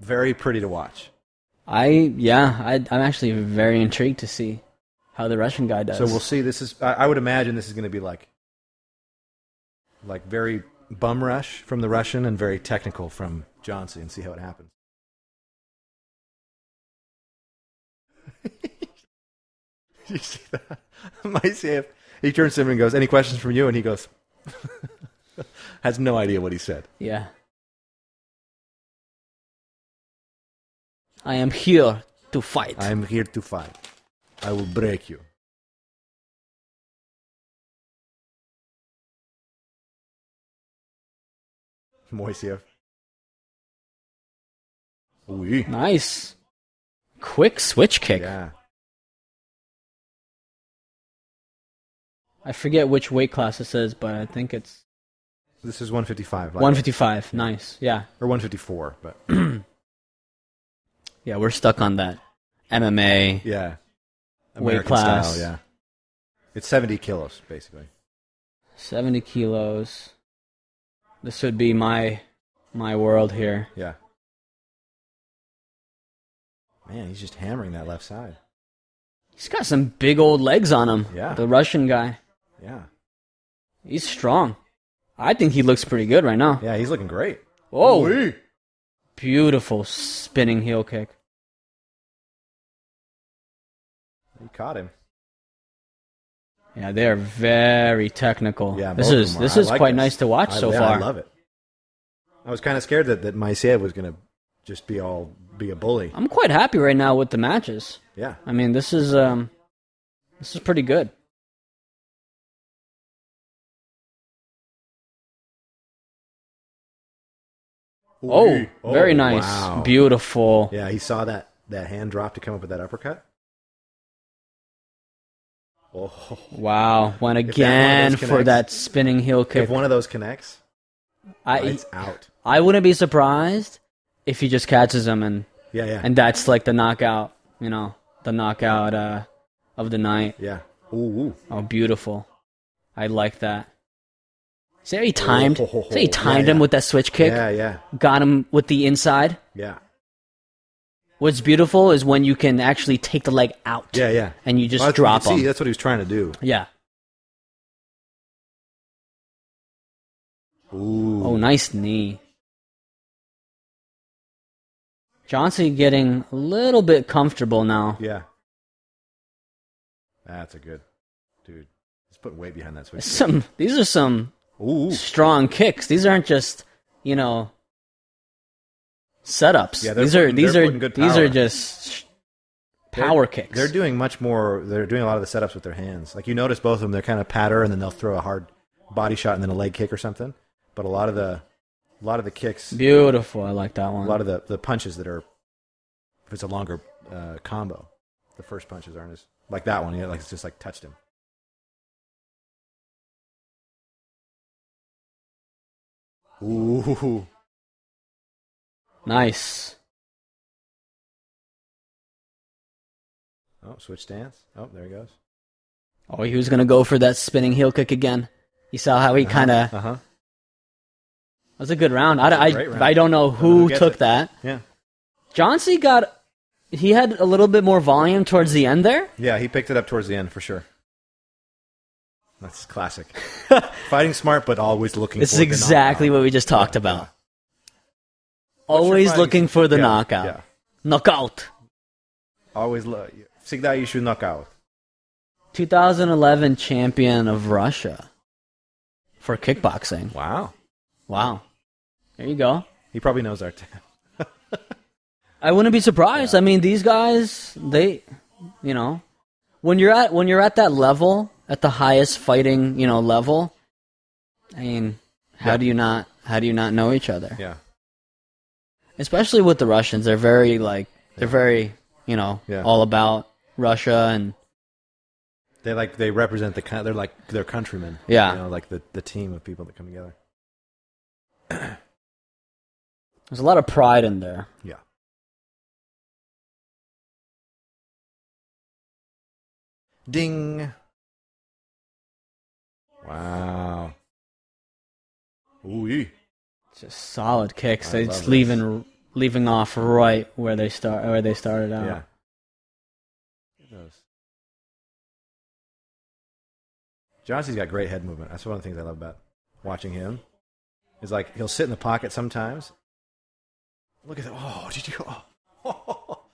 very pretty to watch.
I yeah, I, I'm actually very intrigued to see how the Russian guy does.
So we'll see. This is I, I would imagine this is going to be like like very bum rush from the Russian and very technical from Johnson and see how it happens. Do you see that? My CF he turns to him and goes, Any questions from you? And he goes has no idea what he said.
Yeah. I am here to fight.
I'm here to fight. I will break you. Moiseyev. Oui.
nice. Quick switch kick.
Yeah.
I forget which weight class this is, but I think it's
This is 155. like-
155. Nice. Yeah.
Or 154, but
Yeah, we're stuck on that MMA.
yeah.
Weight class.
style, yeah. It's 70 kilos, basically.
70 kilos. This would be my my world here.
Yeah. Man, he's just hammering that left side.
He's got some big old legs on him.
Yeah.
The Russian guy.
Yeah.
He's strong. I think he looks pretty good right now.
Yeah, he's looking great.
Whoa.
Oui.
Beautiful spinning heel kick.
He caught him.
Yeah, they are very technical.
Yeah,
this
both of
is
them are.
this
I
is
like
quite nice to watch
I-
so
yeah,
far.
I love it. I was kind of scared that that Maisiev was going to just be all be a bully.
I'm quite happy right now with the matches.
Yeah,
I mean, this is um, this is pretty good. Oh,
Ooh.
Oh, very nice,
Oh, wow.
beautiful.
Yeah, he saw that that hand drop to come up with that uppercut. Oh,
Wow,
If that
went
one of
again
those
for
connects-
that spinning heel kick.
if one of those connects,
I e-
it's out.
I wouldn't be surprised if he just catches him and
Yeah, yeah,
and that's like the knockout, you know, the knockout uh, of the night.
yeah. Ooh, ooh.
Oh, beautiful. I like that. See how he timed?
Oh, ho, ho, ho.
See how he
Yeah,
timed him
yeah.
with that switch kick?
yeah, yeah,
Got him with the inside.
yeah,
What's beautiful is when you can actually take the leg out
yeah, yeah.
and you just
Well, that's- you
drop
can See,
him.
that's what he was trying to do.
Yeah.
Ooh.
Oh, nice knee. Johnson getting a little bit comfortable now.
Yeah. That's a good dude. He's putting weight behind that switch.
Some these are some
Ooh. ooh.
strong kicks. These aren't just you know setups.
Yeah, they're
these are
putting-
these
they're
are
putting good
these
power.
are just sh- power kicks.
They're doing much more. They're doing a lot of the setups with their hands. Like you notice both of them, they're kind of patter, and then they'll throw a hard body shot and then a leg kick or something. But a lot of the, a lot of the kicks,
Beautiful. I like that
a
one.
lot of the the punches that are, if it's a longer uh, combo, the first punches aren't as like that one. Yeah, like it's just like touched him. Ooh.
nice.
Oh, switch stance. Oh, there he goes.
Oh, he was gonna go for that spinning heel kick again. You saw how he kind of
Uh huh.
that was a good round. I,
That
I,
was a great round.
I don't
Don't
know
know
who
who gets
took
it.
that.
Yeah.
Chauncey got he had a little bit more volume towards the end there.
Yeah, he picked it up towards the end for sure. That's classic. Fighting smart, but always looking.
This
for
is
the
exactly
knockout.
what we just talked
Yeah,
about.
yeah. What's your
Always
fighting-
looking for the
Yeah,
knockout.
Yeah,
Knockout.
always. Lo- Всегда ищу knockout.
2011 champion of Russia for kickboxing.
Wow.
Wow. There you go.
He probably knows our tip.
I wouldn't be surprised. I mean, these guys, they, you know, when you're at when you're at that level, at the highest fighting, you know, level, I mean, how
Yeah.
do you not how do you not know each other?
Yeah,
Especially with the Russians, they're very like they're very, you know,
Yeah.
all about Russia and
they like they represent the. coun- They're like their countrymen.
Yeah.
you know, like the the team of people that come together.
there's a lot of pride in there.
Yeah. Ding. Wow. Ooh. yeah.
Just solid kicks.
I
They're
love
just
this.
leaving leaving off right where they start where they started out.
Yeah. Look at those. Johnson's got great head movement. That's one of the things I love about watching him. Is like he'll sit in the pocket sometimes. Look at that. Oh, did you? Oh.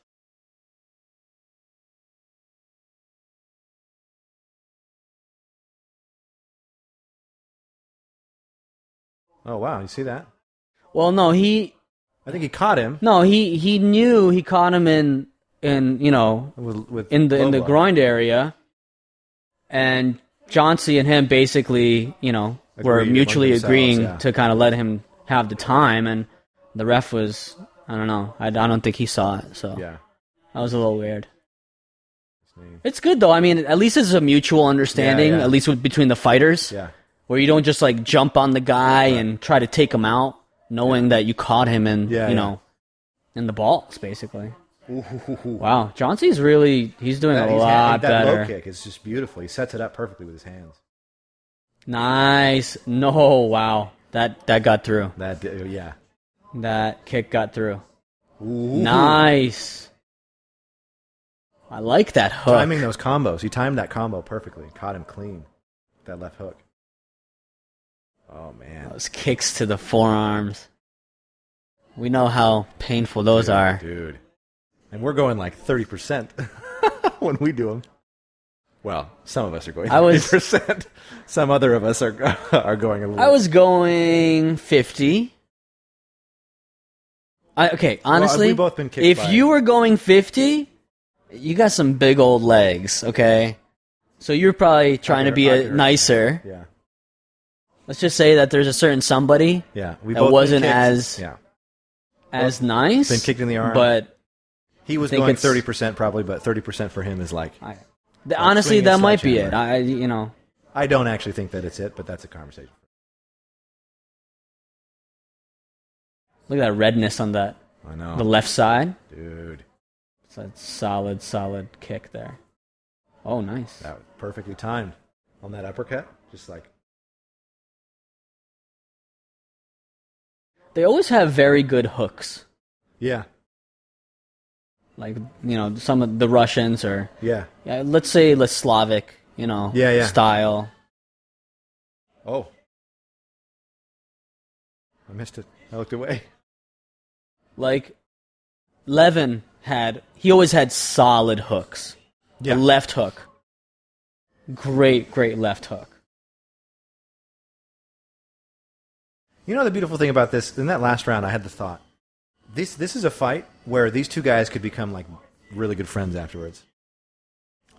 Oh wow, you see that?
Well, no, he
I think he caught him
no, he he knew he caught him in in, you know,
with, with
in the in the
Loblo.
groin area. And Chauncey and him basically, you know, were
Agreed among
mutually
themselves,
agreeing
yeah.
to kind of let him have the time and the ref was I don't know. I, I don't think he saw it, so
Yeah.
that was a little weird.
His name.
It's good though. I mean, at least it's a mutual understanding,
yeah.
at least with, between the fighters.
Yeah.
where you don't just like jump on the guy and try to take him out, knowing that you caught him in
Yeah,
you
yeah.
know in the balls, basically.
Ooh.
Wow, Chauncey's really he's doing
That-
a
he's had-
lot
that
better.
low kick is just beautiful. He sets it up perfectly with his hands.
Nice. No, wow, that that got through.
That uh, yeah.
That kick got through.
Ooh.
Nice. I like that hook.
Timing those combos. He timed that combo perfectly. Caught him clean. That left hook. Oh man.
Those kicks to the forearms. We know how painful those
Dude,
are.
Dude. And we're going like 30% when we do them. Well, some of us are going
I was-
50%. Some other of us are are going a little.
I was going 50. I, okay,
Well,
honestly,
we've both been kicked
if
by-
you were going 50, you got some big old legs, okay? So you're probably trying to
heard-
be
I
a
heard.
nicer.
yeah,
Let's just say that there's a certain somebody
yeah. We
That
both been
wasn't
kicked.
as-
yeah.
as nice.
Been kicked in the arm.
But
He was
think
going
it's-
thirty percent probably, but thirty percent for him is like
I, th- honestly,
swinging
that might be it.
sledgehammer.
I, you know,
I don't actually think that it's it, but that's a conversation.
look at that redness on that
I know,
the left side.
dude.
It's a solid, solid kick there. Oh, nice.
That was perfectly timed on that uppercut. Just like
They always have very good hooks.
yeah,
like you know some of the Russians or
yeah.
yeah, let's say the Slavic, you know,
Yeah, yeah.
style.
Oh, I missed it. I looked away.
Like Levin had, he always had solid hooks.
Yeah,
The left hook, great, great left hook.
You know the beautiful thing about this in that last round, I had the thought this this is a fight where these two guys could become like really good friends afterwards.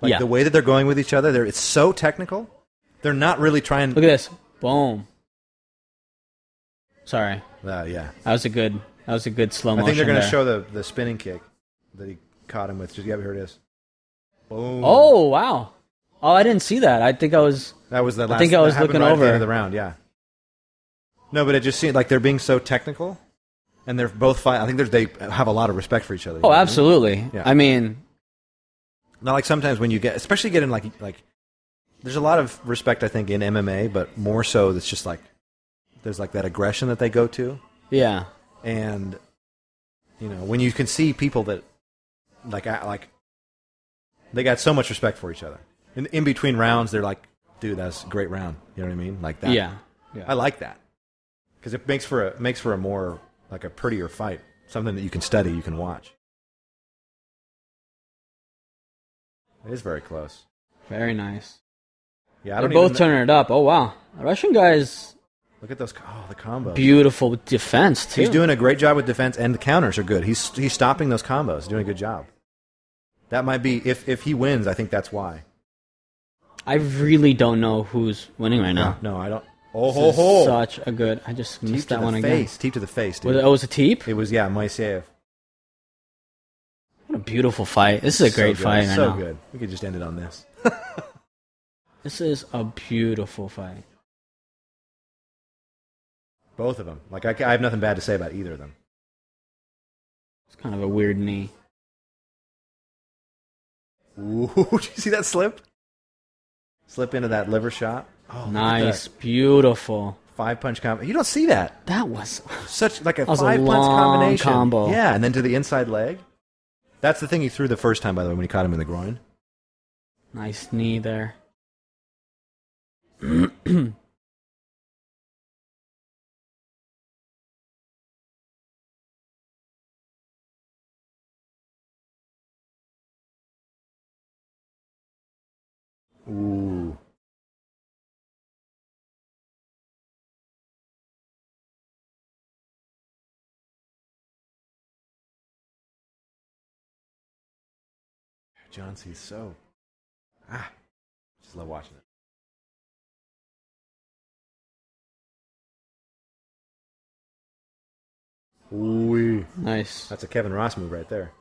Like
Yeah.
the way that they're going with each other, they're, it's so technical. They're not really trying.
Look at this, boom. Sorry,
Uh, yeah,
that was a good, that was a good slow
I
motion.
think they're going to
there.
show the, the spinning kick that he caught him with. Just yeah, here it is. Boom.
Oh wow! Oh, I didn't see that. I think I was.
that was the last.
think I
that
was
happened
looking
right at the
over.
end of the round. Yeah. No, but it just seemed like they're being so technical, and they're both fine. I think there's- they have a lot of respect for each other. you know
Oh,
what I mean?
absolutely.
Yeah.
I mean,
Not like sometimes when you get, especially getting like like, there's a lot of respect I think in MMA, but more so it's just like there's like that aggression that they go to,
yeah.
and you know when you can see people that like I, like they got so much respect for each other. In, in between rounds, they're like, "Dude, that's a great round." You know what I mean? Like that.
yeah, yeah.
I like that because it makes for a makes for a more like a prettier fight, something that you can study, you can watch. It is very close.
Very nice.
Yeah, I
They're
don't
both
even,
turning it up. Oh wow, the Russian guy's
Look at those. Oh, the combos.
beautiful with defense too.
He's doing a great job with defense, and the counters are good. He's he's stopping those combos. Doing a good job. That might be if if he wins. I think that's why.
I really don't know who's winning right now.
No, I don't. Oh
This
ho
is
ho!
Such a good. I just
Teep
missed
to
that
the
one again.
face. Teep to the face, dude.
Was it, oh, it was a teep.
It was yeah, Moiseev.
What a beautiful fight. This is a great
so good.
fight right
so
now.
good. We could just end it on this.
This is a beautiful fight.
Both of them. Like I, ca- I have nothing bad to say about either of them.
It's kind of a weird knee.
Ooh, did you see that slip? Slip into that liver shot. Oh, look at
nice,
that.
beautiful.
Five punch combo. You don't see that.
That was
Such like a
was a
five punch
long
combination.
combo.
Yeah, and then to the inside leg. That's the thing he threw the first time, by the way, when he caught him in the groin.
nice knee there. Look
Ooh. John C's so. Ah. Just love watching it. Ooh.
nice.
That's a Kevin Ross move right there.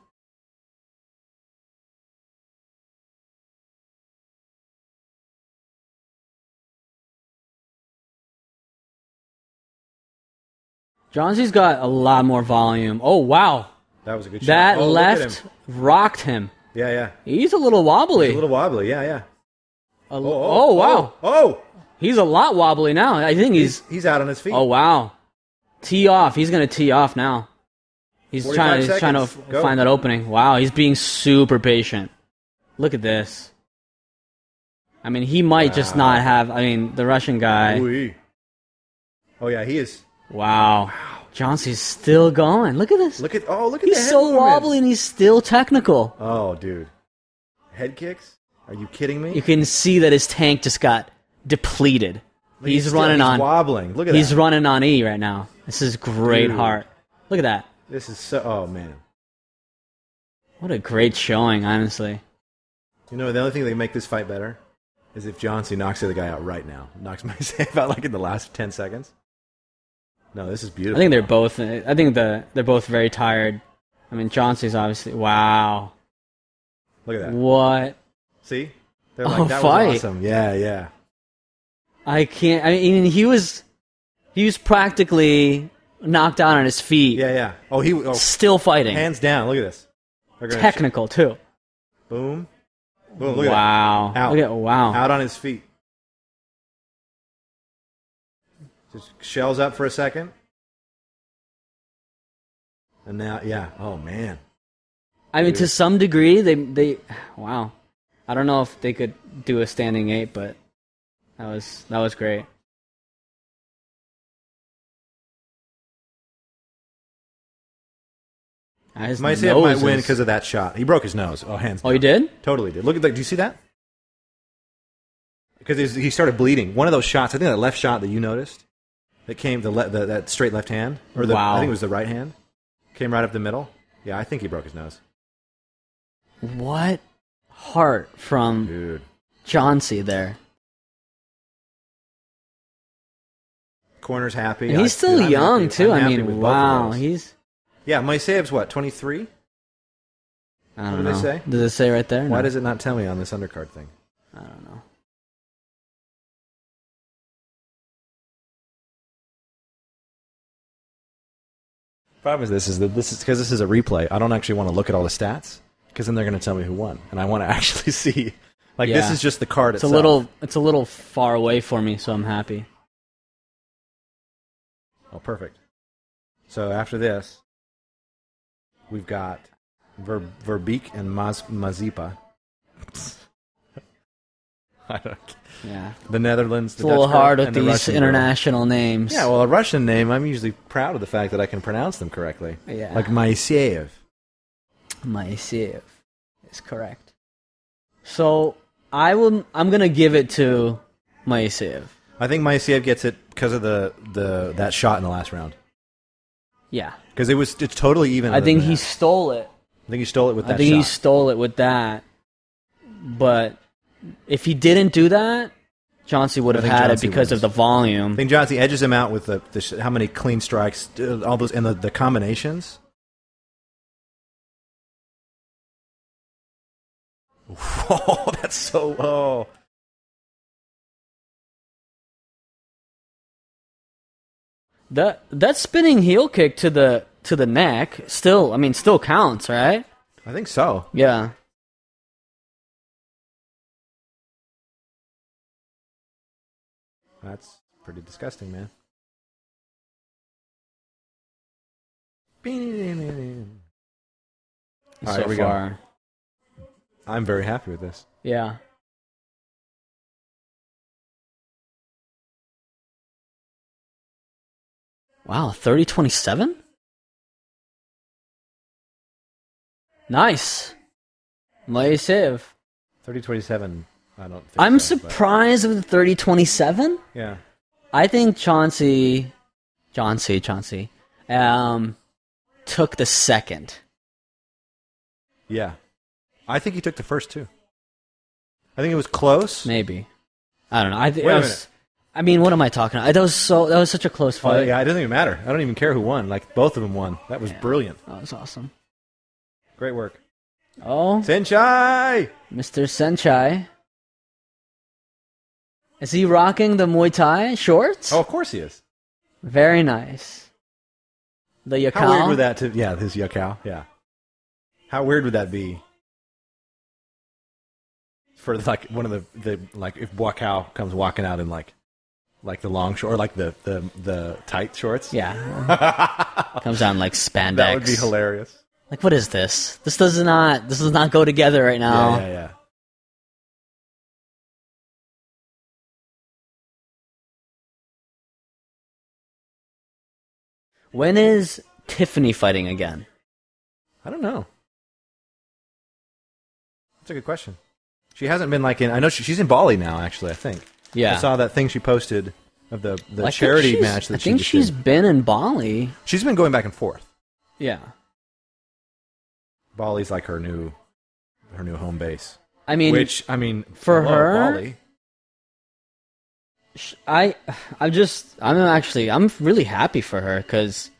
Johnsy's got a lot more volume. Oh wow,
That was a good shot.
that
Oh, look at
left
him.
rocked him.
Yeah, yeah.
He's a little wobbly.
He's a little wobbly. Yeah, yeah.
A
Oh,
l-
oh,
oh, wow,
Oh, oh.
he's a lot wobbly now. I think he's.
he's out on his feet.
Oh wow, tee off. He's gonna tee off now. He's
45
trying. He's trying to
seconds. Go.
find that opening. Wow, he's being super patient. Look at this. I mean, he might just
Wow.
not have. I mean, the Russian guy.
Ooh-ee. Oh yeah, he is.
Wow, Johnsy's still going. Look at this.
Look at oh, look at the
he's
head
so
movement.
wobbly and he's still technical.
Oh, dude, head kicks. Are you kidding me?
You can see that his tank just got depleted.
But
he's,
still-
running
he's
on.
wobbling. Look at
He's
that.
running on E right now. This is great
Dude.
heart. Look at that.
This is so. Oh man.
What a great showing, honestly.
You know the only thing that can make this fight better is if John C knocks the other guy out right now. Knocks my save out like in the last ten seconds. No, this is
I
beautiful.
think they're both. I think the they're both very tired. I mean, Chauncey's obviously. Wow.
Look at that.
What?
See? They're
Oh,
like, that
fight.
was awesome. Yeah, yeah.
I can't. I mean, he was. He was practically knocked out on his feet.
Yeah, yeah. Oh, he oh,
Still fighting.
hands down. Look at this. They're gonna sh-
Technical too.
boom. Boom. Look at
wow.
Out.
Look at wow.
that. Out on his feet. Just shells up for a second. And now, yeah. Oh, man.
I mean, to some degree, they they wow. I don't know if they could do a standing eight, but that was that was great. Ah, His
Might say it might
nose
win
is-
because of that shot. He broke his nose. Oh, hands
oh, he
down.
did.
Totally did. Look at that. Do you see that? Because he started bleeding. One of those shots, I think that left shot that you noticed, that came the, le- the that straight left hand, or the,
Wow.
I think it was the right hand, came right up the middle. Yeah, I think he broke his nose.
What heart from
Dude,
Chauncey there?
corner's happy.
And
I-
he's still
dude, I'm
young
happy- I'm
too. I
happy with
mean,
both of
wow,
those.
he's.
yeah. Maysev's what twenty three.
I
What
don't
do they
know.
say?
Does it say right there?
Why
No.
does it not tell me on this undercard thing?
I don't know.
Problem is this is that this is because this is a replay. I don't actually want to look at all the stats because then they're going to tell me who won, and I want to actually see. Like this
Yeah.
is just the card
It's a
itself.
little. It's a little far away for me, so I'm happy.
Oh, perfect. So after this, we've got Ver- Verbeek and Maz- Mazipa. I don't-
Yeah.
the Netherlands.
It's
the
a little
Dutch girl,
hard with
and the
these
Russian girl.
international names.
Yeah, well, a Russian name. I'm usually proud of the fact that I can pronounce them correctly.
yeah.
Like Maisiev.
Myself is correct. So I will. I'm gonna give it to Myself.
I think Maisiev gets it because of the, the that shot in the last round.
Yeah.
Because it was it's totally even.
I
other
think
than
he
that.
stole it.
I think he stole it with that
I think
shot.
he stole it with that. But if he didn't do that, Chauncey would
I
have
think
had
Chauncey
it because
wins.
of the volume.
I think Johnson edges him out with the, the sh- how many clean strikes, uh, all those, and the, the combinations. Whoa, that's so low.
That that spinning heel kick to the to the neck still. I mean, still counts, right?
I think so.
Yeah.
That's pretty disgusting, man. All right,
so
we go.
far.
I'm very happy with this.
Yeah. Wow, 30 27? Nice. My save.
30-27, I don't think
I'm
so, but-
surprised with the 30 27.
Yeah.
I think Chauncey, Chauncey, Chauncey, um, took the second.
Yeah. I think he took the first two. I think it was close.
Maybe. I don't know. I, th-
Wait
I
a
was,
minute.
I mean, what am I talking about? That was so, that was such a close
Oh,
fight.
yeah, it doesn't even matter. I don't even care who won. Like both of them won. That was brilliant.
That was awesome.
Great work,
Oh,
Senchai.
Mr. Senchai. Is he rocking the Muay Thai shorts?
Oh, of course he is.
Very nice. The Yakal.
How weird would that? To, yeah, his Yakao. Yeah. How weird would that be? For like one of the, the like if Wakao comes walking out in like like the long short or like the the the tight shorts.
Yeah.
that
Comes on like spandex.
would be hilarious.
Like, what is this? This does not, this does not go together right now.
Yeah, yeah, yeah.
When is Tiffany fighting again?
I don't know. That's a good question. She hasn't been like in. I know she, she's in Bali now. Actually, I think.
Yeah.
I saw that thing she posted of the the
Well, I think
charity
she's-
match that
I
she
think
just
she's
did.
been in Bali.
She's been going back and forth.
Yeah.
Bali's like her new her new home base.
I mean,
Which I mean,
for
hello,
her-
Bali.
sh- I I'm just I'm actually I'm really happy for her cuz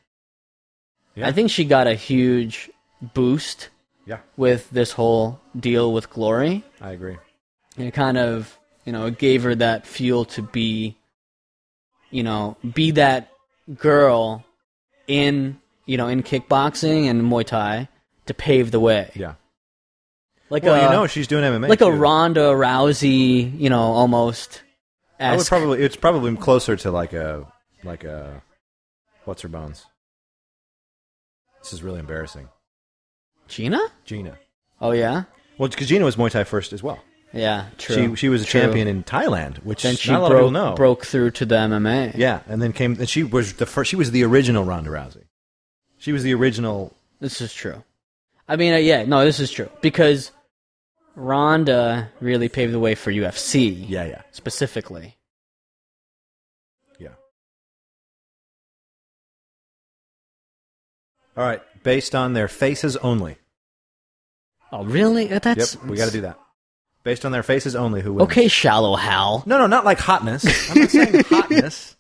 Yeah.
I think she got a huge boost
Yeah,
with this whole deal with Glory.
I agree.
And it kind of, you know, it gave her that fuel to be, you know, be that girl in, you know, in kickboxing and Muay Thai to pave the way.
Yeah.
Like
well,
a
you know, she's doing MMA.
like
too.
a Ronda Rousey, you know, almost.
I would
esque.
probably it's probably closer to like a like a what's her bones. This is really embarrassing,
Gina?
Gina.
Oh yeah,
Well, because Gina was Muay Thai first as well.
yeah,
She
true.
she was a
true.
champion in Thailand, which
Then she
not a lot of people
broke
know.
broke through to the MMA.
Yeah, and then came and she was the first. She was the original Ronda Rousey. She was the original.
This is true. I mean, uh, yeah, no, this is true because Ronda really paved the way for UFC
Yeah, yeah,
specifically.
yeah. All right, based on their faces only.
Oh, really? Uh, That's
yep, we got to do that. Based on their faces only, who wins?
Okay, shallow Hal.
No, no, not like hotness. I'm not saying hotness.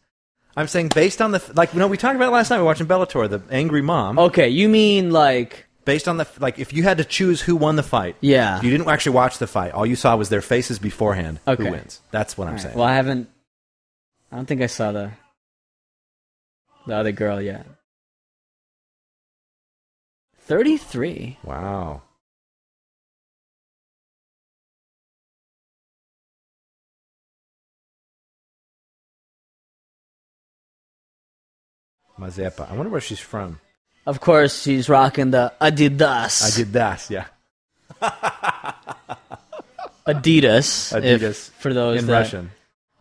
I'm saying based on the f- like. You know, we talked about it last night. We were watching Bellator, the angry mom.
Okay, you mean like
Based on the f- like, if you had to choose who won the fight,
yeah?
you didn't actually watch the fight. All you saw was their faces beforehand.
Okay.
Who wins? That's what I'm
Alright,
saying.
Well, I haven't. I don't think I saw the the other girl yet. Thirty three.
Wow. Mazepa. I wonder where she's from.
Of course, she's rocking the Adidas.
I did that, yeah.
Adidas. if-
Adidas
for those
In
that
Russian.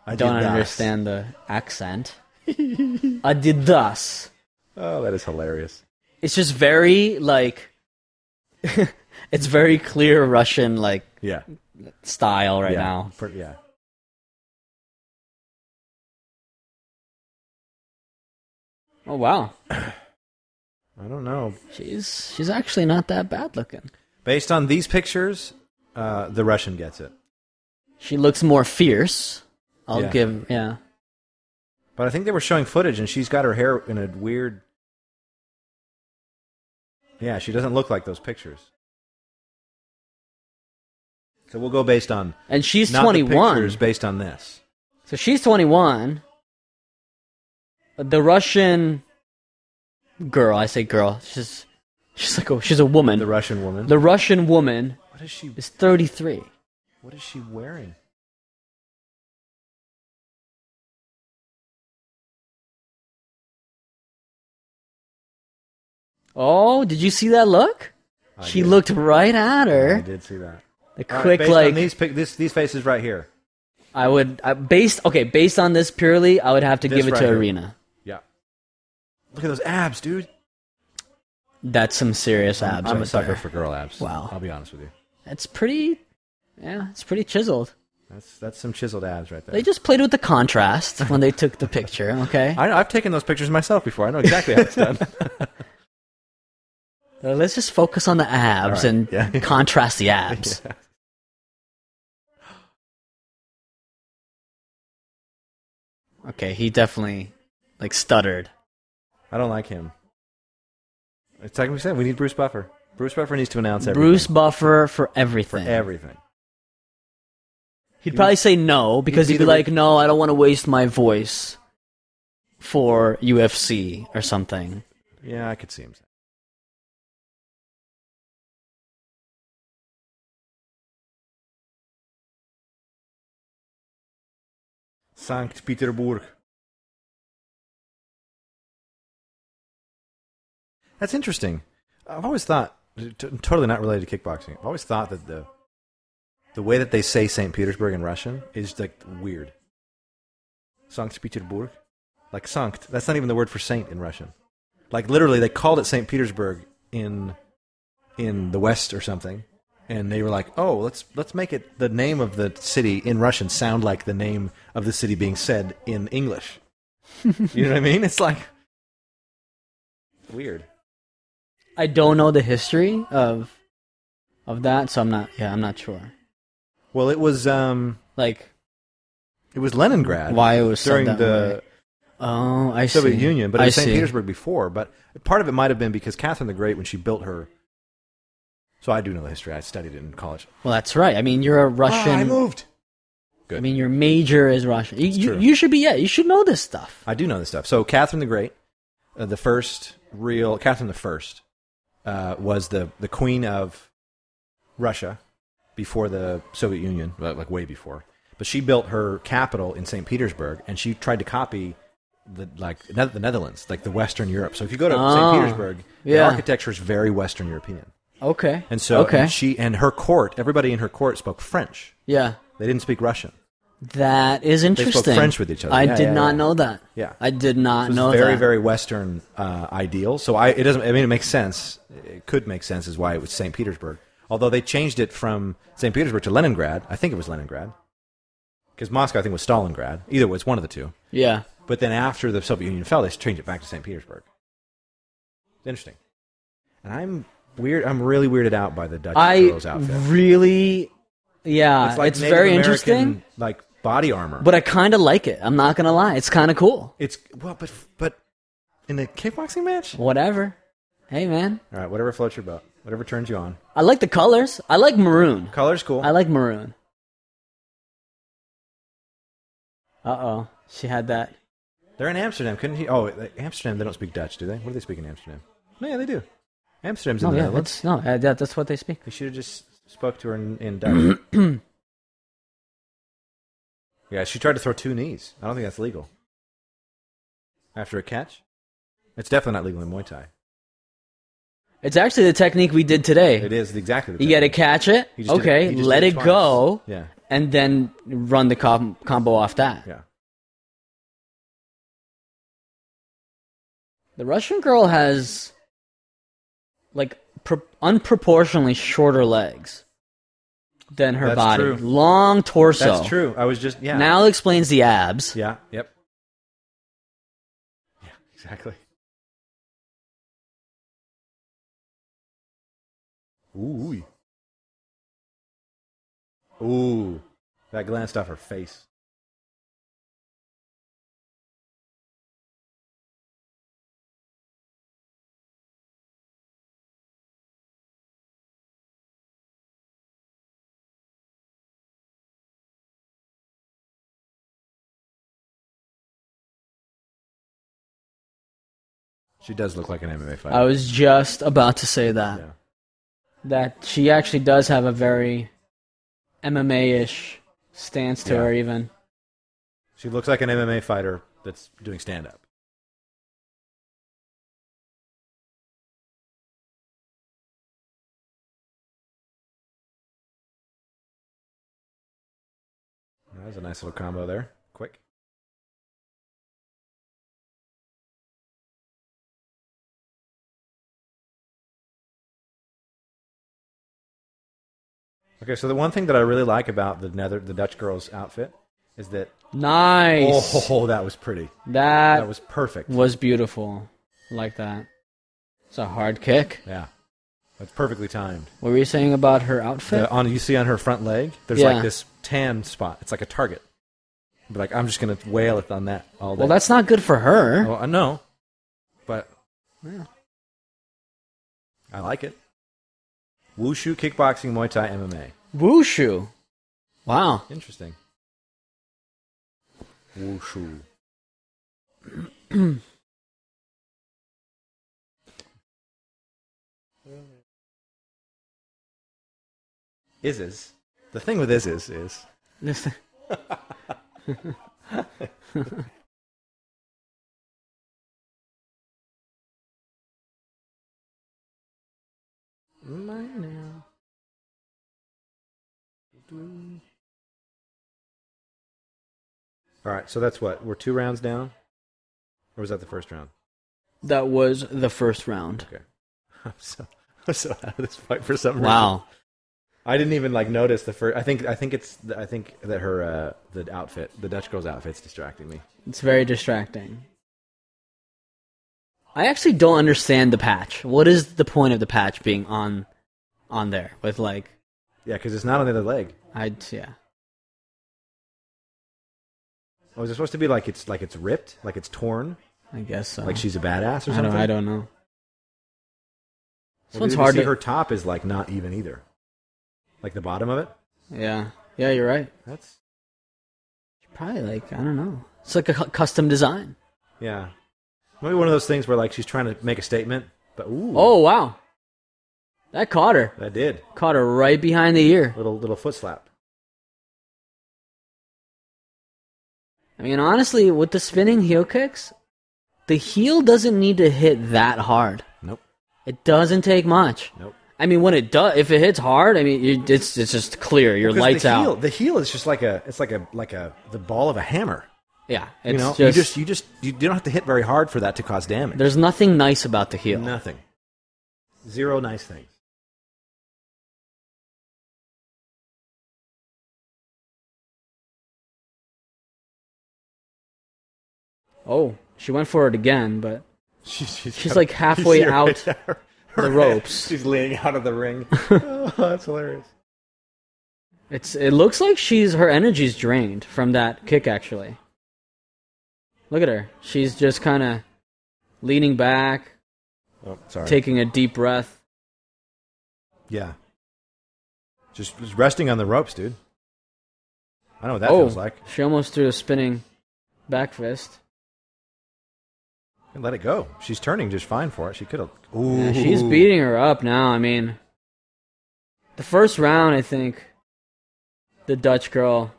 I
don't
did that.
understand the accent. Adidas.
Oh, that is hilarious.
It's just very like. it's very clear Russian like
Yeah.
style right
yeah.
now.
Per- yeah.
Oh wow,
I don't know.
she's she's actually not that bad looking.
Based on these pictures, uh, the Russian gets it.
She looks more fierce. I'll
Yeah.
give yeah.
But I think they were showing footage, and she's got her hair in a weird. Yeah, she doesn't look like those pictures. So we'll go based on
And she's
not
twenty
The
one.
pictures, based on this.
So she's 21. The Russian girl, I say girl, she's she's like a, she's a woman.
The Russian woman.
The Russian woman
what is she?
is 33.
What is she wearing?
Oh, did you see that look?
I
she
did.
looked right at
I
her.
did see that.
The
All right,
quick
based
like
on these pic- this, these faces right here.
I would I, based okay, based on this purely, I would have to
This
give it
right
to
here.
Arena.
Yeah. Look at those abs, dude.
That's some serious abs.
I'm a
right
sucker
there.
for girl abs.
Wow.
I'll be honest with you.
It's pretty yeah, it's pretty chiseled.
That's that's some chiseled abs right there.
They just played with the contrast when they took the picture, okay?
I know, I've taken those pictures myself before. I know exactly how it's done.
Uh, Let's just focus on the abs
All right,
and
yeah.
contrast the abs.
Yeah.
Okay, he definitely like stuttered.
I don't like him. It's like we said, we need Bruce Buffer. Bruce Buffer needs to announce everything.
Bruce Buffer for everything.
Everything.
he'd probably say no because
be
he'd be,
the re-
like, "No, I don't want to waste my voice for UFC or something."
Yeah, I could see him. Sankt Petersburg. That's interesting. I've always thought, t- totally not related to kickboxing. I've always thought that the the way that they say Saint Petersburg in Russian is like weird. Sankt Petersburg, like Sankt. That's not even the word for saint in Russian. Like literally, they called it Saint Petersburg in in the West or something, and they were like, "Oh, let's let's make it the name of the city in Russian sound like the name of the city being said in English." you know what I mean? It's like weird.
I don't know the history of of that, so I'm not. Yeah, I'm not sure.
Well, it was um
Like
it was Leningrad.
why it was said
during
that
the
way. Oh, I see.
Soviet Union, but it
I
was St.
see.
Petersburg before. But part of it might have been because Catherine the Great, when she built her. So I do know the history. I studied it in college.
Well, that's right. I mean, you're a Russian.
Ah, I moved.
I mean, your major is Russian. You, you,
true.
you should be. Yeah, you should know this stuff.
I do know this stuff. So Catherine the Great, uh, the first real Catherine the First, uh, was the the queen of Russia before the Soviet Union, like like way before. But she built her capital in St. Petersburg, and she tried to copy the like Ne- the Netherlands, like the Western Europe. So if you go to
Ah,
St. Petersburg, the
yeah.
architecture is very Western European.
Okay.
And so
okay.
and she and her court, everybody in her court spoke French.
yeah,
They didn't speak Russian.
that is
spoke
interesting.
French with each other.
I
Yeah,
did
yeah,
not
yeah.
know that.
Yeah.
I did not
It was
know
very
that.
very Western uh, ideal. So I it doesn't. I mean, it makes sense. It could make sense is why it was St. Petersburg. Although they changed it from St. Petersburg to Leningrad. I think it was Leningrad because Moscow I think was Stalingrad. Either way, it's one of the two.
Yeah.
But then after the Soviet Union fell, they changed it back to St. Petersburg. Interesting. And I'm weird. I'm really weirded out by the Dutch girl's
I
outfit.
really. Yeah, it's,
Native
very
American,
interesting,
Like body armor,
but I kind of like it. I'm not gonna lie. It's kind of cool.
it's well, but but in the kickboxing match.
Whatever. Hey, man.
All right, whatever floats your boat, whatever turns you on.
I like the colors. I like maroon.
Color's cool.
I like maroon. Uh oh, she had that.
They're in Amsterdam. Couldn't he? Oh, wait, Amsterdam. They don't speak Dutch, do they? What do they speak in Amsterdam? No, yeah, they do. Amsterdam's in
No,
the
yeah,
Netherlands.
that's, no, uh, that, that's what they speak.
They should have just spoke to her in, in Dutch. yeah, she tried to throw two knees. I don't think that's legal. After a catch, it's definitely not legal in Muay Thai.
It's actually the technique we did
It
today.
is exactly. The
You got to
technique.
catch it.
He just did
Okay,
he just
let
did
it
twice.
go,
Yeah,
and then run the com- combo off that.
yeah.
The Russian girl has like pro- unproportionately shorter legs than her
That's
body.
true.
Long torso.
That's true. I was just yeah.
Now it explains the abs.
Yeah. Yep. Yeah. Exactly. Ooh. Ooh. That glanced off her face. She does look like an MMA fighter.
I was just about to say that.
Yeah.
That she actually does have a very MMA ish stance to
Yeah.
her, even.
She looks like an MMA fighter that's doing stand up. That was a nice little combo there. Quick. Okay, so the one thing that I really like about the Nether, the Dutch girl's outfit is that
Nice. Uh,
Oh, that was pretty.
that
That was perfect.
was beautiful. Like that. It's a hard kick.
Yeah, that's perfectly timed.
What were you saying about her outfit?
The, on you see on her front leg, there's
Yeah.
like this tan spot. It's like a target. But like I'm just gonna wail it on that all day.
well, that's not good for her.
Well, I know, but I like it. Wushu, kickboxing, Muay Thai, MMA.
Wushu. Wow.
Interesting. Wushu. is is the thing with is is is
This-
mine now. All right, so that's what we're two rounds down, or was that the first round?
that was the first round.
Okay, I'm so I'm so out of this fight for some reason.
Wow.
I didn't even like notice the first. I think I think it's I think that her uh, the outfit, the Dutch girl's outfit's distracting me.
It's very distracting. I actually don't understand the patch. What is the point of the patch being on on there with like
Yeah, because it's not on the other leg.
I yeah.
Oh, is it supposed to be like it's like it's ripped, like it's torn,
I guess so.
like she's a badass or
Uh-huh. I
something?
don't I don't know. This
Well,
one's
did you
hard
see
to
her top is like not even either, like the bottom of it.
Yeah. Yeah, you're right.
That's
Probably like I don't know. It's like a cu- custom design.
yeah, maybe one of those things where like she's trying to make a statement, but ooh,
Oh wow. That caught her.
that did
Caught her right behind the ear.
little little foot slap.
I mean, honestly, with the spinning heel kicks, the heel doesn't need to hit that hard.
Nope,
It doesn't take much.
nope.
I mean, when it does, if it hits hard, I mean, you, it's it's just clear. Your
'Cause the
lights
heel-
out.
The heel is just like a it's like a like a the ball of a hammer.
Yeah, it's
You know,
just,
you just you just you don't have to hit very hard for that to cause damage.
there's nothing nice about the heel.
Nothing. Zero nice things.
Oh, she went for it again, but
She, she's
She's
got-
like
you see
halfway
her-
out
her
the
head.
ropes.
She's leaning out of the ring. oh, that's hilarious.
it's it looks like she's her energy's drained from that kick. Actually, look at her. She's just kind of leaning back,
Oh, sorry.
taking a deep breath.
yeah. Just, just resting on the ropes, dude. I know what that
oh,
feels like.
she almost threw a spinning back fist.
And let it go. She's turning just fine for it. She could have. Ooh.
Yeah, she's beating her up now. I mean, the first round, I think the Dutch girl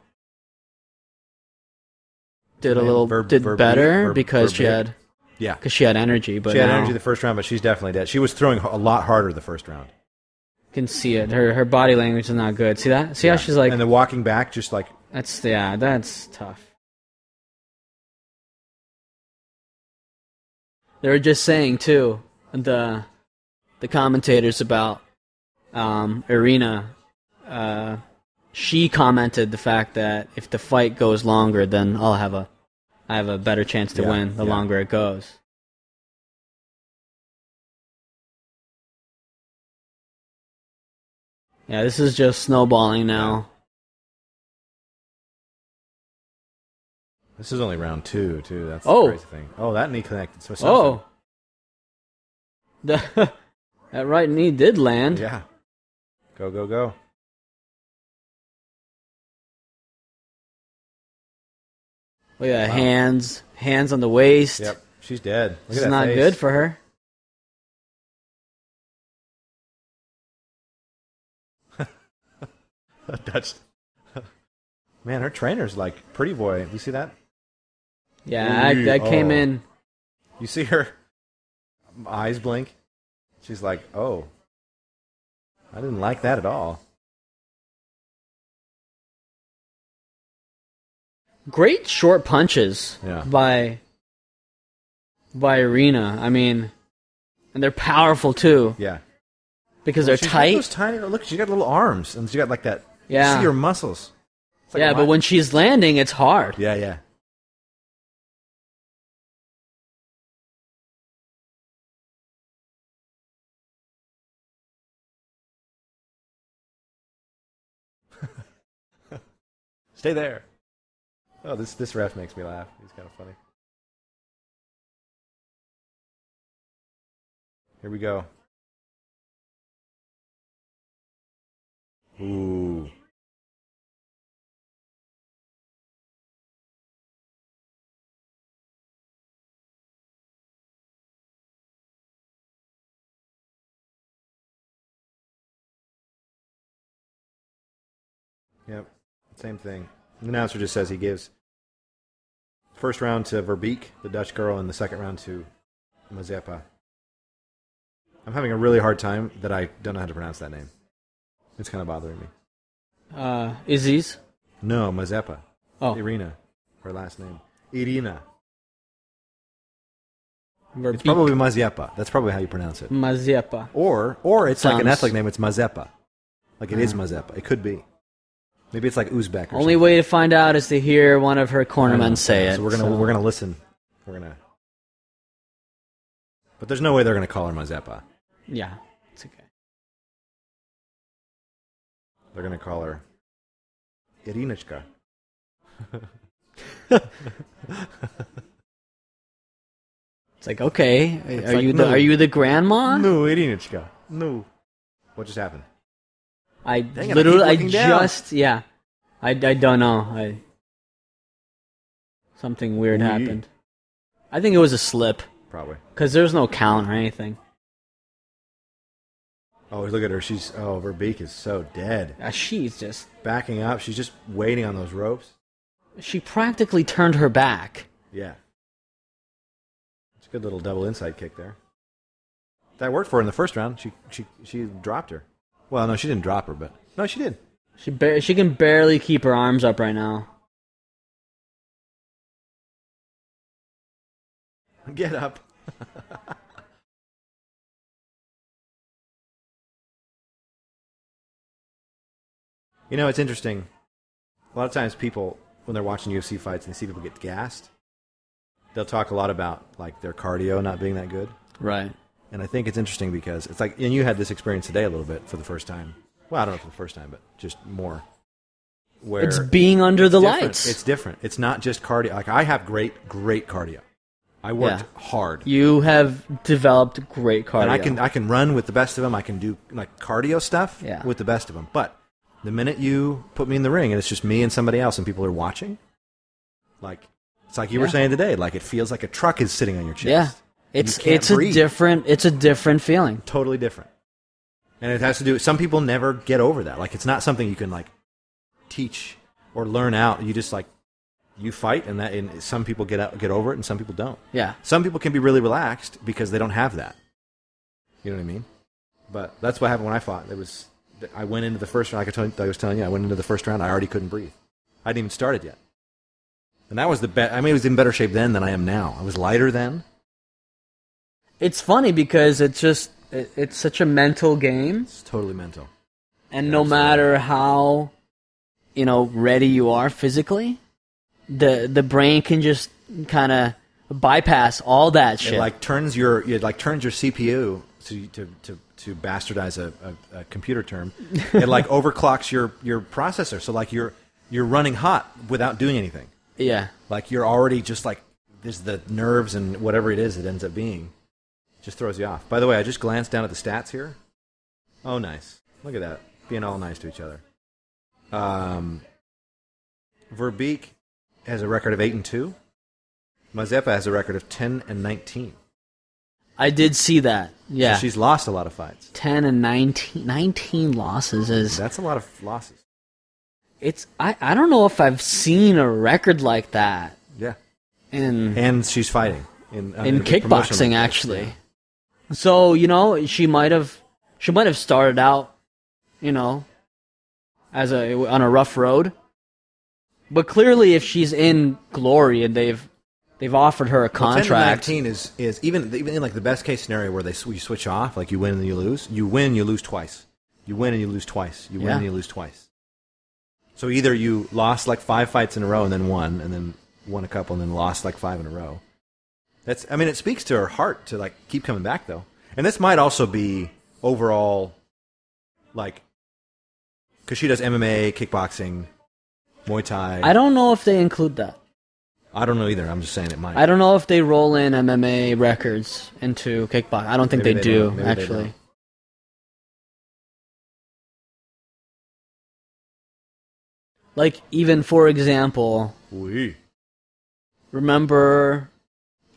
did a
name?
little
Verb-
did
Verbeek?
better
Verb-
because she
Verbeek?
had
Yeah.
because she had energy, but
She had
now
energy the first round, but she's definitely dead. She was throwing a lot harder the first round.
can see it. Her her body language is not good. See that? See how she's like
and the walking back, just like
that's yeah that's tough. They were just saying too the the commentators about um, Irina. Uh, she commented the fact that if the fight goes longer, then I'll have a I have a better chance to
Yeah,
win the
yeah.
longer it goes. Yeah, this is just snowballing now.
This is only round two, too. That's
Oh.
the crazy thing. Oh, that knee connected. So
Oh, the, Oh. that right knee did land.
yeah. Go go go.
Look at that,
Wow.
Oh, hands, hands on the waist.
Yep, she's dead. Look at
This is
that
not
face.
good for her.
Dutch. Man, her trainer's like pretty boy. You see that?
Yeah, I,
Ooh,
that came
oh.
in.
You see her eyes blink. She's like, "Oh, I didn't like that at all."
great short punches
Yeah.
by by Arena. I mean, and they're powerful too
Yeah,
because
Well,
they're
she's got
tight.
Those tiny. Look, she got little arms, and she got like that.
Yeah.
you see her muscles. It's like
yeah,
a
but
lot-
when she's landing, it's hard.
Yeah, yeah. Stay there. Oh, this this ref makes me laugh. He's kind of funny. Here we go. Ooh. Yep. Same thing. The announcer just says he gives first round to Verbeek, the Dutch girl, and the second round to Mazeppa. I'm having a really hard time that I don't know how to pronounce that name. It's kind of bothering me.
Uh, Izzy's.
No, Mazeppa.
Oh,
Irina, her last name. Irina. It's
Verbeek
probably Mazeppa. That's probably how you pronounce it.
Mazeppa.
Or, or it's like an
Sounds- Mm.
ethnic name. It's Mazeppa. Like it is Mazeppa. It could be. Maybe it's like Uzbek. Or
Only
something.
way to find out is to hear one of her cornermen say it.
So we're gonna we're gonna listen. We're gonna. But there's no way they're gonna call her Mazeppa.
yeah, it's okay.
They're gonna call her Irinechka.
It's like okay, are
like,
you
no.
the are you the grandma?
No, Irinechka. No. What just happened?
I
Dang it, I
literally,
keep
I,
looking down.
just yeah, I, I don't know. I something weird
Ooh, yeah.
happened. I think it was a slip
Probably.
because there's no count or anything.
Oh, look at her. She's oh, her beak is so dead.
Uh, she's just
Backing up. She's just waiting on those ropes.
she practically turned her back.
Yeah. It's a good little double inside kick there. That worked for her in the first round. She she she dropped her. Well, no, she didn't drop her, but no, she did.
She bar- she can barely keep her arms up right now.
Get up. you know, it's interesting. A lot of times people when they're watching UFC fights and they see people get gassed, they'll talk a lot about like their cardio not being that good.
Right.
And I think it's interesting because it's like, and you had this experience today a little bit for the first time. Well, I don't know for the first time, but just more. Where
It's being under the
different.
lights.
It's different. It's not just cardio. Like I have great, great cardio. I worked
Yeah.
hard,
you have developed great cardio.
and I can I can run with the best of them. I can do like cardio stuff
Yeah.
with the best of them. But the minute you put me in the ring and it's just me and somebody else, and people are watching, like it's like you were
Yeah.
saying today. Like it feels like a truck is sitting on your chest.
yeah. It's
can't
it's a
breathe.
different it's a different feeling.
totally different. And it has to do. Some people never get over that. Like it's not something you can like teach or learn out. You just like you fight, and that. And some people get out, get over it, and some people don't.
Yeah.
Some people can be really relaxed because they don't have that. You know what I mean? But that's what happened when I fought. It was I went into the first round. Like I, told, I was telling you, I went into the first round. I already couldn't breathe. I hadn't even started yet. And that was the best. I mean, I was in better shape then than I am now. I was lighter then.
It's funny because it's just it, it's such a mental game
It's totally mental.
and no matter how you know ready you are physically, the the brain can just kind of bypass all that shit.
It like turns your it like turns your CPU to to to, to bastardize a, a, a computer term. it like overclocks your your processor, so like you're you're running hot without doing anything.
yeah.
Like you're already just like there's the nerves and whatever it is it ends up being just throws you off. By the way, I just glanced down at the stats here. Oh, nice. Look at that. Being all nice to each other. Um, Verbeek has a record of 8 and 2. Mazeppa has a record of 10 and 19.
I did see that. Yeah.
So she's lost a lot of fights.
10 and 19, 19 losses is
That's a lot of losses.
it's I, I don't know if I've seen a record like that
Yeah.
in
And she's fighting in, uh,
in
the promotional
kickboxing
match.
actually. So, you know, she might have she might have started out, you know, as a on a rough road. But clearly if she's in glory and they've they've offered her
Well, 10
a
to
contract.
19 is, is even, even in like the best case scenario where they sw- you switch off, like you win and you lose, you win, you lose twice. You win and you lose twice. You win
Yeah.
and you lose twice. So either you lost like five fights in a row and then won, and then won a couple and then lost like five in a row. That's, I mean, it speaks to her heart to like keep coming back though. And this might also be overall, like, because she does MMA, kickboxing, Muay Thai.
I don't know if they include that.
I don't know either. I'm just saying it might.
I don't know if they roll in MMA records into kickbox. I don't think
Maybe
they,
they
do
don't. Maybe they
actually.
don't.
Like even for example,
Oui.
remember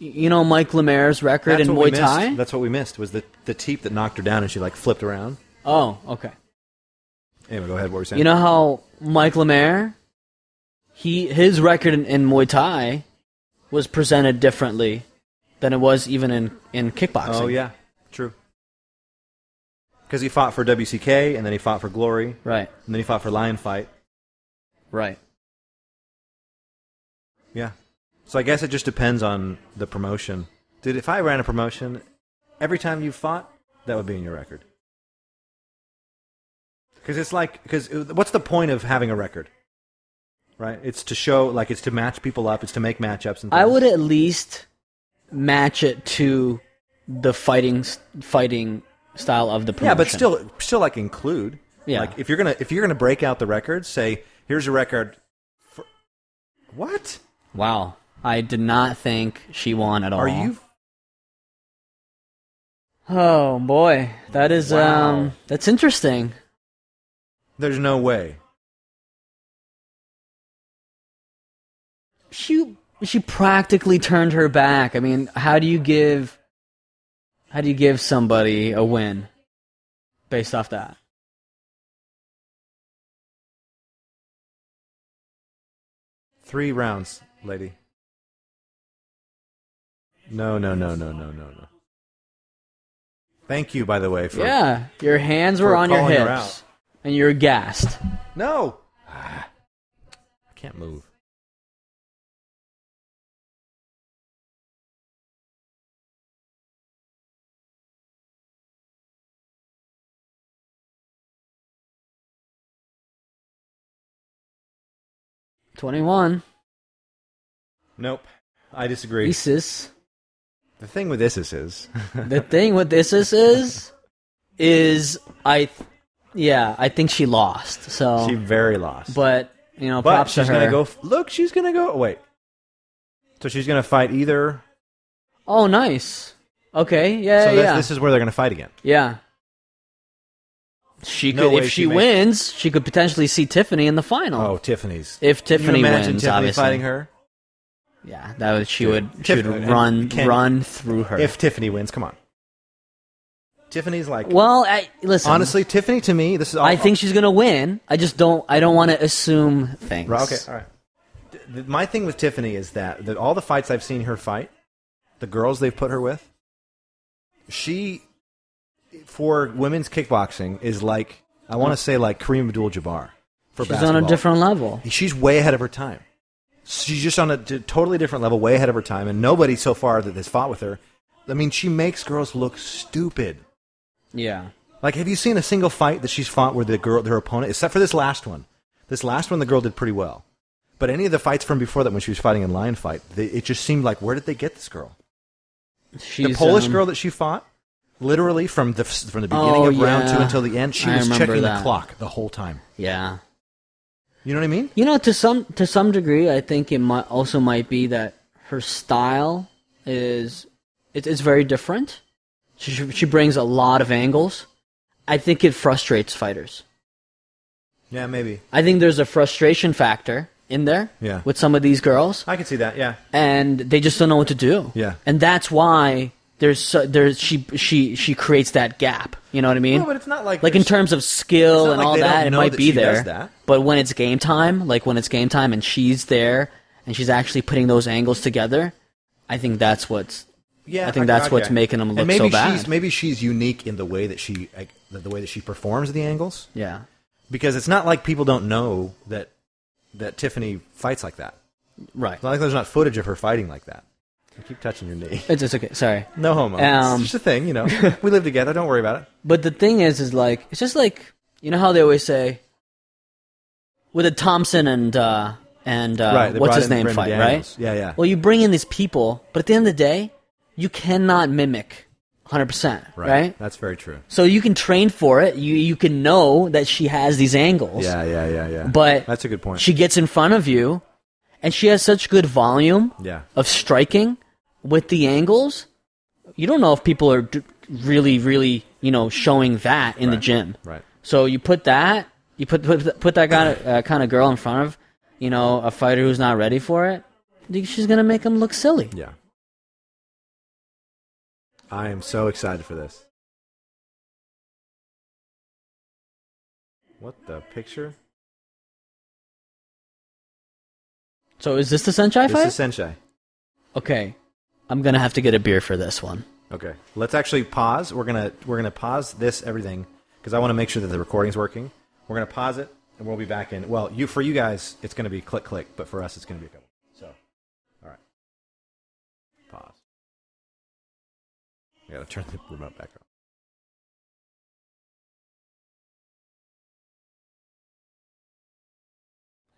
y- you know Mike Lemaire's record in
what we
Muay Thai?
missed. That's what we missed was the the teep that knocked her down and she like flipped around.
Oh, okay.
Anyway, go ahead. What were you saying?
You know how Mike Lemaire, he his record in, in Muay Thai was presented differently than it was even in in kickboxing.
oh yeah, true. Because he fought for WCK and then he fought for Glory and
right,
then he fought for Lion Fight.
right.
Yeah. So I guess it just depends on the promotion, dude. If I ran a promotion, every time you fought, that would be in your record. Because it's like, because what's the point of having a record? Right? It's to show, like, it's to match people up. It's to make matchups. And things.
I would at least match it to the fighting s- fighting style of the promotion.
Yeah, but still, still like include.
Yeah.
Like if you're gonna if you're gonna break out the record, say here's a record. For, what
Wow, I did not think she won at all.
are you?
Oh boy, that is um,
Wow.
that's interesting.
There's no way.
She she practically turned her back. I mean, how do you give how do you give somebody a win based off that?
Three rounds, lady. No, no, no, no, no, no, no. Thank you, by the way. For,
yeah, your hands were
for
on your
calling her
hips, and you're gassed.
No. Ah, I can't move.
Twenty one,
Nope. I disagree.
Isis.
The thing with Isis is,
The thing with Isis is, is I, th- yeah, I think she lost. So,
she very lost.
but you know,
But
props
she's
to her.
gonna go. f- Look, she's gonna go. oh, Wait. So she's gonna fight either.
Oh, nice. Okay, yeah,
so
yeah,
that's,
Uh, yeah.
this is where they're gonna fight again.
yeah. She could,
No way
if she,
she makes-
wins, she could potentially see Tiffany in the final.
Oh, Tiffany's.
If Tiffany
you imagine
wins,
Tiffany
obviously,
fighting her.
yeah, that would she would she
Tiffany-
would run
can-
run through her.
If Tiffany wins, come on. Tiffany's like
well, I, listen,
honestly, Tiffany to me, this is. All,
I think she's gonna win. I just don't. I don't want to assume things.
Right, okay, all right. Th- th- My thing with Tiffany is that, that all the fights I've seen her fight, the girls they've put her with, she, for women's kickboxing, is like, I want to say like Kareem Abdul Jabbar for
She's
basketball.
on a different level.
She's way ahead of her time. She's just on a d- totally different level, way ahead of her time, and nobody so far that has fought with her. I mean, she makes girls look stupid.
Yeah.
Like, have you seen a single fight that she's fought where the girl, her opponent, except for this last one? This last one, the girl did pretty well. But any of the fights from before that, when she was fighting in Lion Fight, they, it just seemed like, where did they get this girl?
She's,
the Polish
um,
girl that she fought, literally from the from the beginning
Oh,
of round
yeah.
two until the end, she
I
was
remember
checking
that.
the clock the whole time.
Yeah.
You know what I mean?
You know, to some to some degree, I think it might also might be that her style is it, it's very different. She she she brings a lot of angles. I think it frustrates fighters.
Yeah, maybe.
I think there's a frustration factor in there
Yeah.
with some of these girls,
I can see that. Yeah,
and they just don't know what to do.
Yeah.
and that's why there's so, there's she she she creates that gap. You know what I mean?
No, but it's not like
like in
there's-
terms of
It's
skill
not
and
like
all
they don't
that, it
know
might
that
be
she does
there.
that.
But when it's game time, like when it's game time and she's there and she's actually putting those angles together, I think that's what's
Yeah,
I think that's what's making 'em
And
look
maybe
so bad.
She's, maybe she's unique in the way that she like, the the way that she performs the angles
yeah.
because it's not like people don't know that that Tiffany fights like that.
Right.
It's not like there's not footage of her fighting like that. I keep touching your knee.
It's, it's okay. Sorry.
No homo.
Um,
it's just a thing, you know. we live together. Don't worry about it.
But the thing is is like it's just like you know how they always say with a Thompson and uh and uh
right. they
what's
brought in
his name
Brendan
fight,
Daniels.
right?
Yeah, yeah.
Well, you bring in these people, but at the end of the day, you cannot mimic 100%, right?
That's very true.
So you can train for it. You you can know that she has these angles.
Yeah, yeah, yeah, yeah.
But
that's a good point.
She gets in front of you, and she has such good volume
yeah.
of striking with the angles. You don't know if people are d- really, really, you know, showing that in the gym.
Right.
So you put that, you put put, put that kind of, uh, kind of girl in front of, you know, a fighter who's not ready for it. She's gonna make him look silly.
Yeah. I am so excited for this. What the picture?
So is this the Senchai fight?
This is Senshai.
okay, I'm gonna have to get a beer for this one.
Okay. Let's actually pause. We're gonna we're gonna pause this everything because I want to make sure that the recording's working. We're gonna pause it and we'll be back in. Well, you for you guys it's gonna be click click, but for us it's gonna be a couple. So, all right. Pause. I gotta turn the remote back on.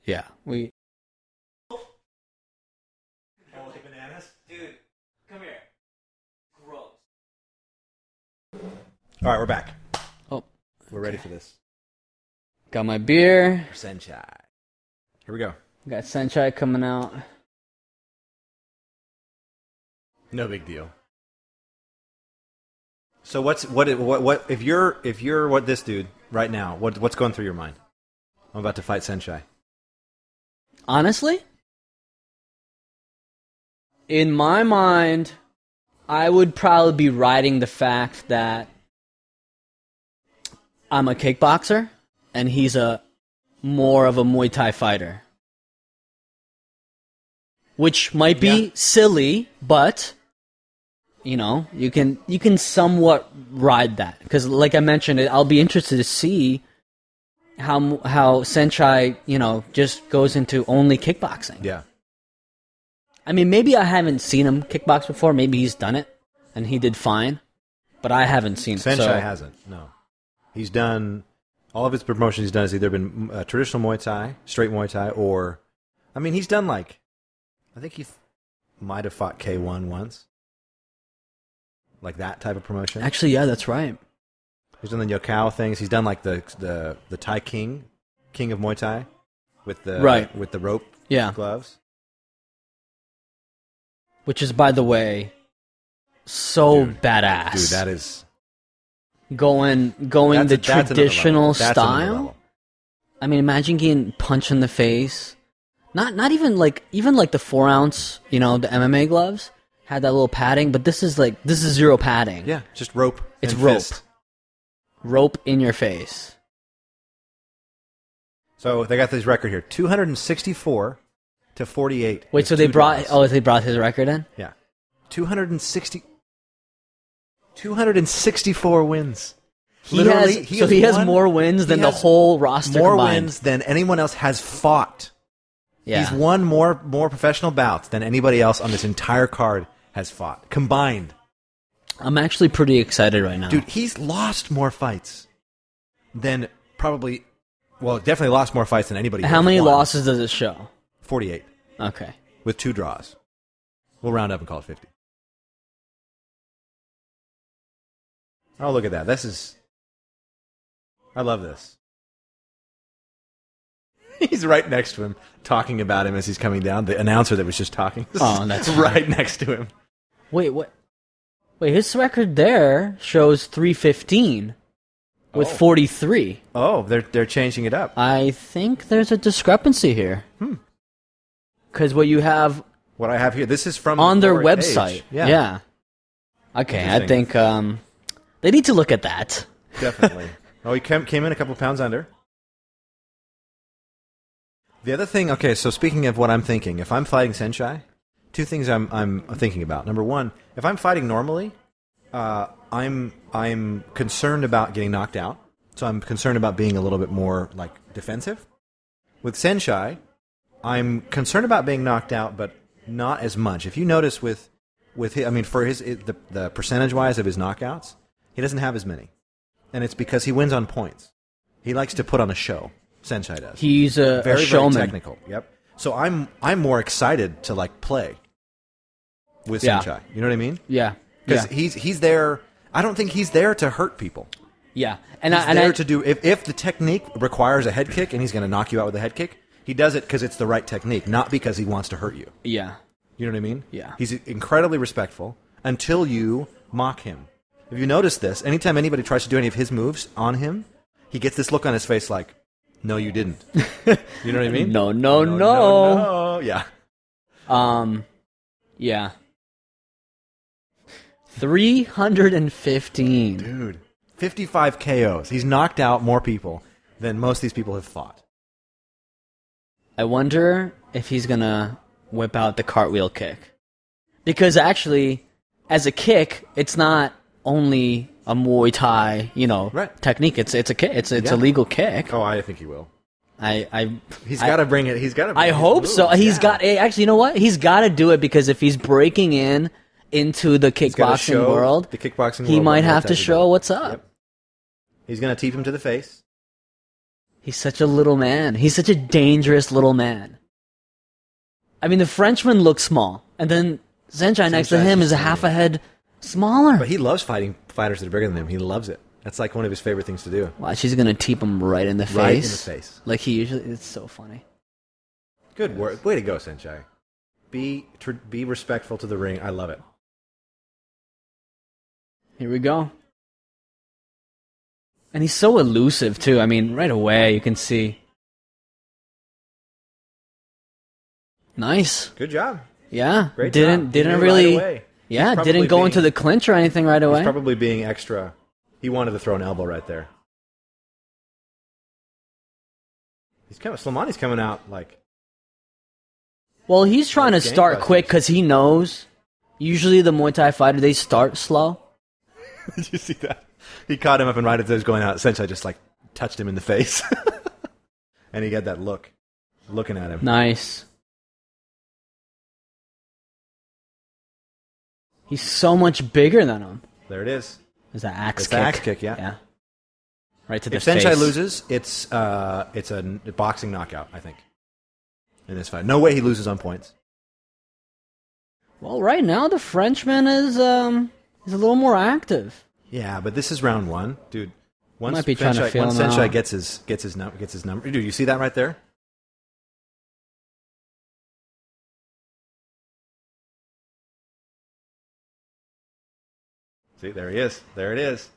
Yeah, we.
bananas? Dude, come here. Gross. All right, we're back.
Oh,
We're ready for this.
got my beer.
Senchai. Here we go.
Got Senchai coming out.
No big deal. So what's what what what if you're if you're what this dude right now? What what's going through your mind? I'm about to fight Senchai.
Honestly, in my mind, I would probably be riding the fact that I'm a kickboxer and he's a more of a Muay Thai fighter. Which might be
Yeah.
silly, but you know, you can you can somewhat ride that because like I mentioned, it- I'll be interested to see how how Senchai, you know, just goes into only kickboxing.
Yeah.
I mean, maybe I haven't seen him kickbox before. Maybe he's done it and he did fine, but I haven't seen it.
Senchai
so-
hasn't. No. He's done all of his promotions. He's done has either been uh, traditional Muay Thai, straight Muay Thai, or I mean, he's done like I think he might have fought K1 once, like that type of promotion.
Actually, yeah, that's right.
He's done the Yokao things. He's done like the the the Thai King, King of Muay Thai, with the
Right.
with the rope
Yeah,
gloves.
which is by the way, so
Dude.
badass.
Dude, that is
going going
that's
the
a- that's another
traditional
level. That's another
style.
level.
I mean, imagine getting punched in the face. Not not even like even like the four ounce, you know, the MMA gloves had that little padding, but this is like this is zero padding.
Yeah, just rope.
It's
and
rope.
fist.
rope in your face.
So they got this record here: two hundred and sixty-four to forty-eight.
Wait,
with
so they
two
brought
draws.
oh they brought his record in?
yeah, 260, 264 wins.
He
Literally,
has, so he has
won-
more wins than
he
the
has
whole roster
more
combined.
wins than anyone else has fought.
Yeah.
He's won more more professional bouts than anybody else on this entire card has fought combined.
I'm actually pretty excited right now.
Dude, he's lost more fights than probably well, definitely lost more fights than anybody.
How
who's
many
won.
losses does it show?
48
Okay.
with two draws. We'll round up and call it 50. Oh, look at that. This is I love this. He's right next to him, talking about him as he's coming down. The announcer that was just talking. is
Oh, that's funny.
right next to him.
Wait, what? Wait, his record there shows 315 with
Oh.
43.
Oh, they're they're changing it up.
I think there's a discrepancy here.
Hmm.
Because what you have
What I have here, this is from
on their
Laura
website.
Page.
Yeah. Okay, I
Interesting.
think um, they need to look at that.
Definitely. oh, he came, came in a couple pounds under. The other thing, okay, so speaking of what I'm thinking, if I'm fighting Senchai, two things I'm, I'm thinking about. Number one, if I'm fighting normally, uh, I'm, I'm concerned about getting knocked out. So I'm concerned about being a little bit more like defensive. With Senchai, I'm concerned about being knocked out, but not as much. If you notice with, with his, I mean, for his, it, the, the percentage wise of his knockouts, he doesn't have as many and it's because he wins on points. He likes to put on a show. Senchai does.
He's a, a
very,
showman.
very technical. Yep. So I'm I'm more excited to like play with
Yeah.
Senchai. You know what I mean?
Yeah. Yeah.
Because he's he's there. I don't think he's there to hurt people.
yeah. And,
He's
I, and
there
I,
to do if if the technique requires a head kick and he's going to knock you out with a head kick, he does it because it's the right technique, not because he wants to hurt you.
yeah.
You know what I mean?
Yeah.
He's incredibly respectful until you mock him. If you notice this, anytime anybody tries to do any of his moves on him, he gets this look on his face like, no, you didn't. You know what I mean?
No, no, no.
no. Yeah.
Um, yeah. 315.
Dude. 55 KOs. He's knocked out more people than most of these people have fought.
I wonder if he's gonna whip out the cartwheel kick. Because actually, as a kick, it's not only a Muay Thai, you know,
Right.
technique. It's it's a kick. It's it's a
Yeah.
legal kick.
Oh, I think he will.
I I
He's
I-
got to bring it. He's got to.
I hope so. He's
He's
got eh, actually. You know what? He's got to do it because if he's breaking in into the
gotta
kickboxing
show
world,
the kickboxing
he
world what
might have
Muay
to
Thai is
show
about.
what's up.
Yep. He's going to teep him to the face.
He's such a little man. He's such a dangerous little man. I mean, the Frenchman looks small, and then Zenchai next to
Zenchai's
him is a
just
half a head smaller.
But he loves fighting fighters that are bigger than him. He loves it. That's like one of his favorite things to do.
wow, she's gonna teep him right in the face.
Right in the face.
Like he usually. It's so funny.
Good work. Way to go, Senchai. Be tr- be respectful to the ring. I love it.
Here we go. And he's so elusive too. I mean, right away you can see. Nice.
Good job.
Yeah.
Great
didn't
job. He
didn't
knew
really.
Right away.
yeah,
He's probably
didn't go into the
being-
clinch or anything right away.
He's probably being extra. He wanted to throw an elbow right there. He's coming. Slimani's coming out like
well, he's trying to
Like
start
gangbusters.
quick because he knows. Usually, the Muay Thai fighter they start slow.
Did you see that? He caught him up and right as he was going out, Senchai just like touched him in the face. and he got that look, looking at him.
Nice. He's so much bigger than him.
There it is.
It's an axe
It's the
kick.
axe kick, yeah.
Yeah. Right to the
If
face.
Senchai loses, it's, uh, it's a n- boxing knockout, I think, in this fight. No way he loses on points.
Well, right now the Frenchman is um he's a little more active.
Yeah, but this is round one, dude. Once
Might be trying to
Senchai-
feel
once
him
Senchai
out.
gets his gets his number gets his number, dude. You see that right there? See, there he is. There it is.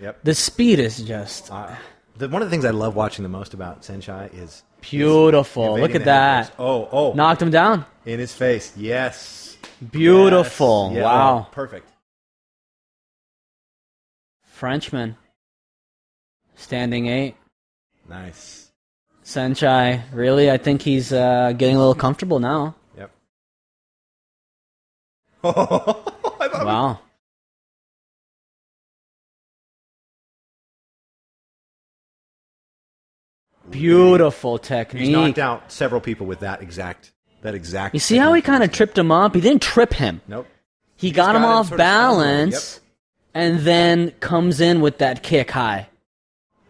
Yep.
The speed is just
Uh, the, one of the things I love watching the most about Senchai is
beautiful. Look
evading
at
the head
that.
first. Oh, oh,
Knocked him down.
in his face. Yes.
Beautiful.
Yes. Yeah.
Wow.
Perfect.
Frenchman. Standing eight.
Nice.
Senchai, really, I think he's uh, getting a little comfortable now.
Yep. I thought
Wow. Beautiful
he's knocked
technique.
out several people with that exact that exact.
You see how he
technique.
kind of tripped him up? He didn't trip him.
Nope.
He
just
got him
got him
off
sort of
balance and then comes in with that kick high.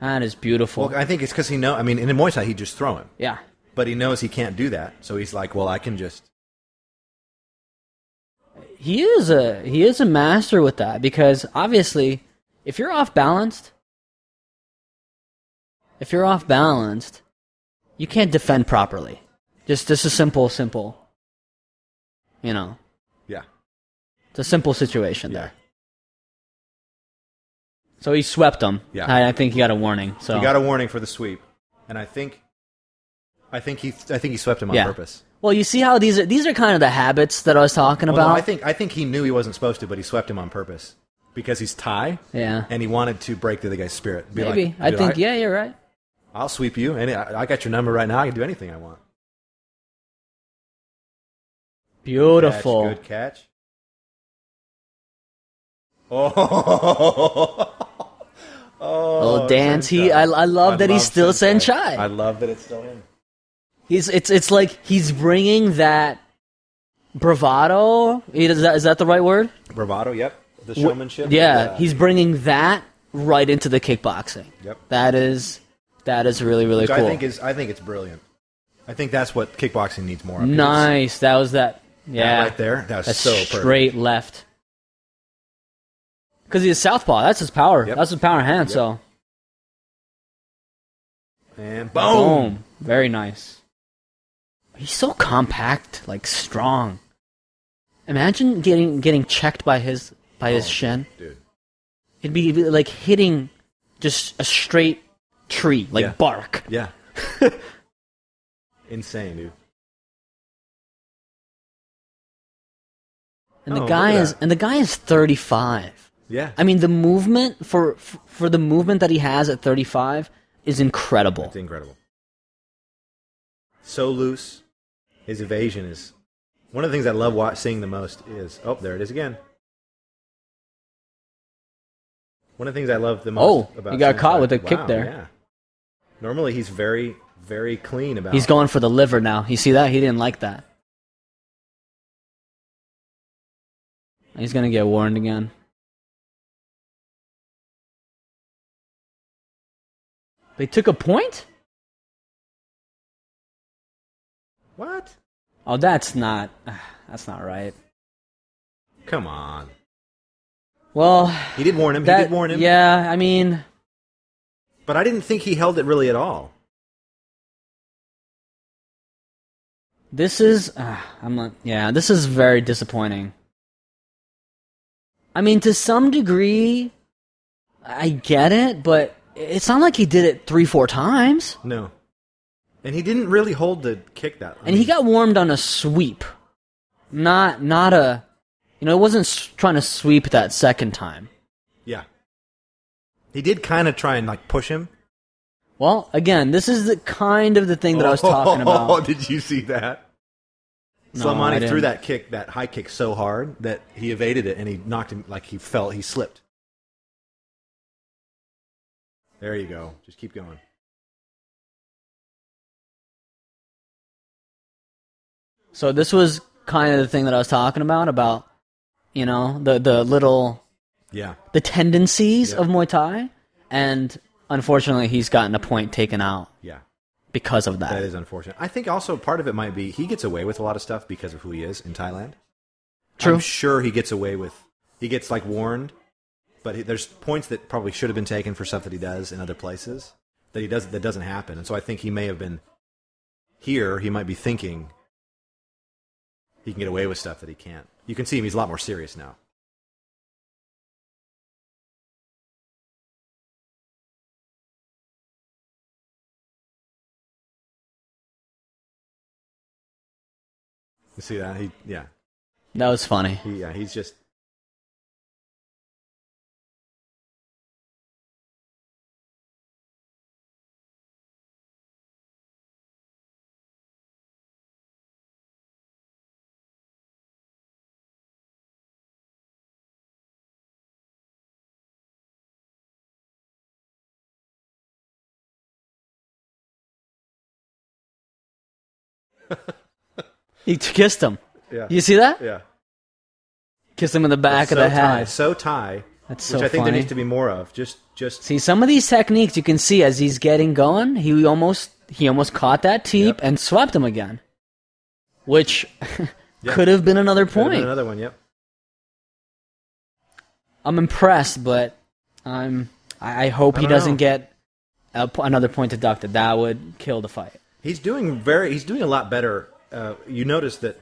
That is beautiful.
Well, I think it's because he know. I mean, in Muay Thai, he just throw him,
yeah.
but he knows he can't do that, so he's like, "Well, I can just."
He is a he is a master with that because obviously if you're off balanced if you're off balanced you can't defend properly. Just this is simple simple. You know,
Yeah.
it's a simple situation
Yeah.
there. So he swept him.
Yeah.
I, I think he got a warning. So
He got a warning for the sweep, and I think, I think he, I think he swept him on
Yeah.
purpose.
Well, you see how these are these are kind of the habits that I was talking
Well,
about.
no, I think I think he knew he wasn't supposed to, but he swept him on purpose because he's Thai
yeah,
and he wanted to break the other guy's spirit. Be
maybe.
like,
I
"Dude,
think yeah, you're right.
I'll sweep you, and I, I got your number right now. I can do anything I want.
Beautiful.
Catch, good catch. Oh, oh,
Little dance.
Senchai.
He- I- I love that he's still
Senchai.
Senchai.
I love that it's still him.
He's it's it's like he's bringing that bravado. Is that, is that the right word?
Bravado. Yep. The showmanship.
Yeah, he's bringing that right into the kickboxing.
Yep.
That is that is really really
Which
cool.
I think is I think it's brilliant. I think that's what kickboxing needs more. of.
nice. That was that.
That
Yeah.
right there. That was
That's
so perfect.
straight left. Because he's a southpaw. That's his power.
Yep.
That's his power hand.
Yep.
So
And boom.
boom, very nice. He's so compact, like strong. Imagine getting getting checked by his by his
Oh.
shin.
dude.
It'd be like hitting just a straight tree, like
Yeah.
bark.
Yeah. Insane, dude.
And
Oh,
the
look
guy
at
is
that.
and the guy is 35.
Yeah.
I mean, the movement for for the movement that he has at 35 is incredible.
It's incredible. So loose. His evasion is one of the things I love wa- seeing the most is oh there it is again. One of the things I love the most.
Oh,
about
he got
Senchai-
caught with a kick
Wow,
there.
Yeah. Normally he's very very clean about.
He's going for the liver now. You see that? He didn't like that. He's gonna get warned again. They took a point?
What?
Oh, that's not. That's not right.
Come on.
Well,
He did warn him.
that-
he did warn him.
Yeah, I mean,
But I didn't think he held it really at all.
this is. Uh, I'm not. Yeah, this is very disappointing. I mean, to some degree, I get it, but it's not like he did it three, four times.
No. And he didn't really hold the kick that.
and he got warmed on a sweep, not not a, you know, it wasn't s- trying to sweep that second time.
Yeah. He did kind of try and like push him.
Well, again, this is the kind of the thing that I was talking
Oh,
about.
did you see that?
No, I
Slimani
didn't.
threw that kick, that high kick, so hard that he evaded it and he knocked him like he fell. He slipped. There you go. Just keep going.
So this was kind of the thing that I was talking about about, you know, the the little
Yeah.
the tendencies
Yeah.
of Muay Thai, and unfortunately, he's gotten a point taken out
Yeah.
because of that.
That is unfortunate. I think also part of it might be he gets away with a lot of stuff because of who he is in Thailand.
True.
I'm sure he gets away with. He gets like warned, but he, there's points that probably should have been taken for stuff that he does in other places that he does that doesn't happen, and so I think he may have been here. He might be thinking he can get away with stuff that he can't. You can see him; he's a lot more serious now. You see that? He, yeah.
that was funny.
He, yeah, he's just.
He t- kissed him.
Yeah.
You see that?
yeah.
Kissed him in the back
so
of the
Thai,
head.
so Thai,
That's so
which I think
funny.
there needs to be more of. Just, just
See some of these techniques you can see as he's getting going, he almost he almost caught that teep
Yep.
and swept him again. Which
Yeah.
could have been another
Could've been
point.
Another one. Yep.
I'm impressed, but I'm I, I hope
I
he
don't
doesn't
know.
get a p another point deducted. That would kill the fight.
He's doing very. He's doing a lot better. Uh, you notice that.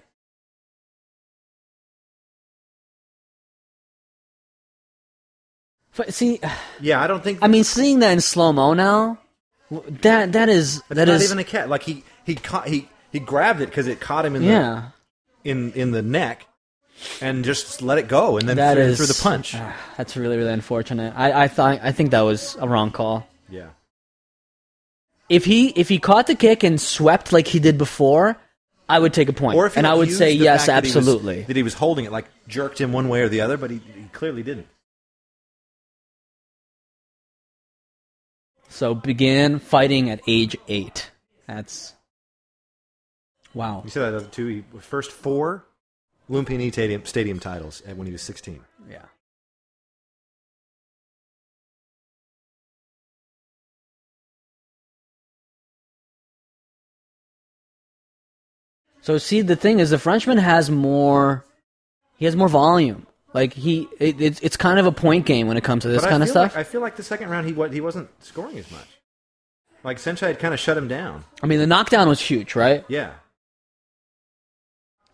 But see,
Yeah, I don't think
I mean, seeing that in slow mo now, w- that that is
that's
that
not
is
even a cat. Like he he caught he he grabbed it because it caught him in
yeah.
the in in the neck, and just let it go, and then
That
threw,
is
threw the punch.
ah, that's really really unfortunate. I I thought I think that was a wrong call.
yeah.
if he if he caught the kick and swept like he did before, I would take a point.
Or if he,
and
like,
I would
used
say
the
yes,
fact that he was-
absolutely.
that he was holding it, like jerked him one way or the other, but he, he clearly didn't.
so begin fighting at age eight. That's wow.
You said that other two. He, first four Lumpini stadium, stadium titles at, when he was 16.
Yeah. So see, the thing is, the Frenchman has more. He has more volume. Like he, it, it's it's kind of a point game when it comes to this
But I
kind of
feel
stuff.
Like, I feel like the second round he wa- he wasn't scoring as much. Like Senchai had kind of shut him down.
I mean, the knockdown was huge, right?
Yeah,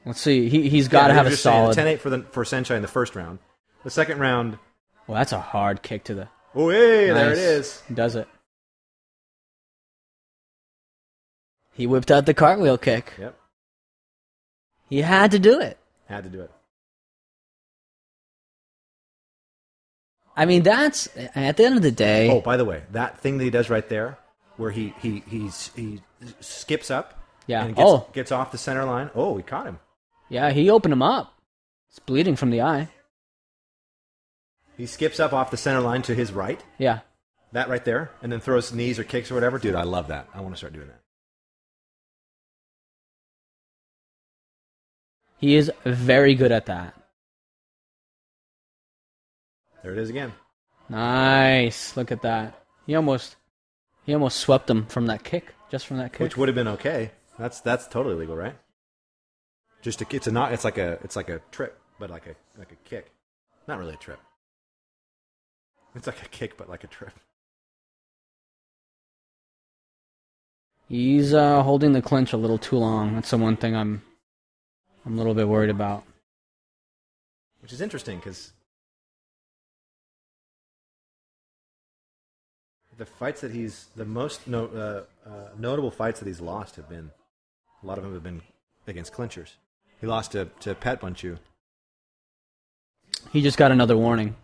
Let's see. He he's got to have a solid.
Ten eight for the for Senchai in the first round. The second round.
Well, that's a hard kick to the.
Oh hey, there it
Nice.
is.
Does it? He whipped out the cartwheel kick.
Yep,
He had to do it.
had to do it.
I mean, that's at the end of the day.
Oh, by the way, that thing that he does right there, where he he he's, he skips up.
Yeah.
And gets,
Oh.
gets off the center line. Oh, we caught him.
Yeah, he opened him up. It's bleeding from the eye.
He skips up off the center line to his right.
Yeah.
That right there, and then throws knees or kicks or whatever. Dude, I love that. I want to start doing that.
He is very good at that.
There it is again.
Nice. Look at that. He almost he almost swept him from that kick, just from that kick.
Which would have been okay. That's that's totally legal, right? Just a, it's a not. It's like a it's like a trip, but like a like a kick. Not really a trip. It's like a kick, but like a trip.
He's uh, holding the clinch a little too long. That's the one thing I'm I'm a little bit worried about.
Which is interesting because the fights that he's the most no, uh, uh, notable fights that he's lost have been a lot of them have been against clinchers. He lost to to Pat Bunchu.
He just got another warning.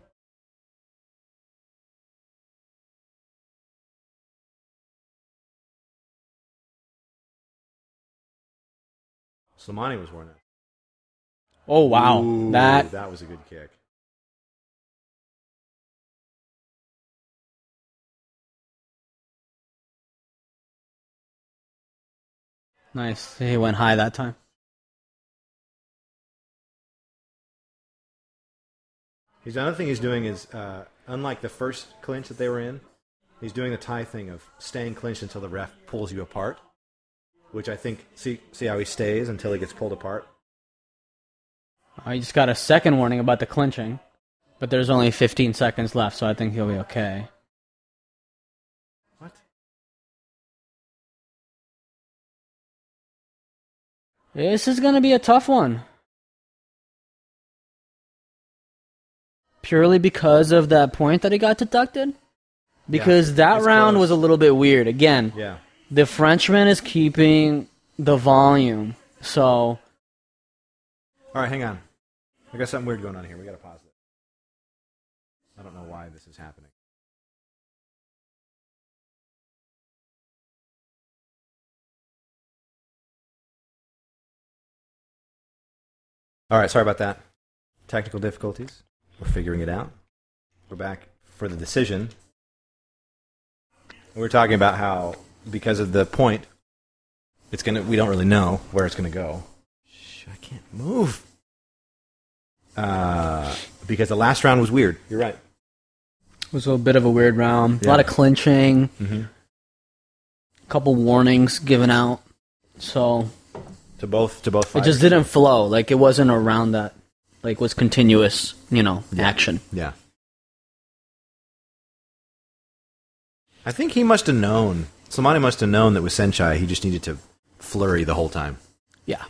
Slimani was worn out.
Oh wow,
Ooh,
that
that was a good kick.
nice. He went high that time.
He's another thing he's doing is uh, unlike the first clinch that they were in, he's doing the Thai thing of staying clinched until the ref pulls you apart. Which I think see see how he stays until he gets pulled apart.
Oh, he just got a second warning about the clinching, but there's only 15 seconds left, so I think he'll be okay.
What?
This is going to be a tough one. Purely because of that point that he got deducted? Because that
it's
round
close.
was a little bit weird. Again,
Yeah.
the Frenchman is keeping the volume. So,
All right, hang on. I got something weird going on here. We got to pause it. I don't know why this is happening. All right, sorry about that. Technical difficulties. We're figuring it out. We're back for the decision. We We're talking about how because of the point, it's gonna. We don't really know where it's gonna go. Shh, I can't move. Uh, because the last round was weird. You're right.
it was a bit of a weird round. A lot of
Yeah.
clinching,
Mm-hmm.
a couple warnings given out. So,
To both, to both.
it
Fighters.
just didn't flow. Like, it wasn't around that, like, was continuous, you know, action.
Yeah. I think he must have known. Slimani must have known that with Senchai, he just needed to flurry the whole time.
Yeah.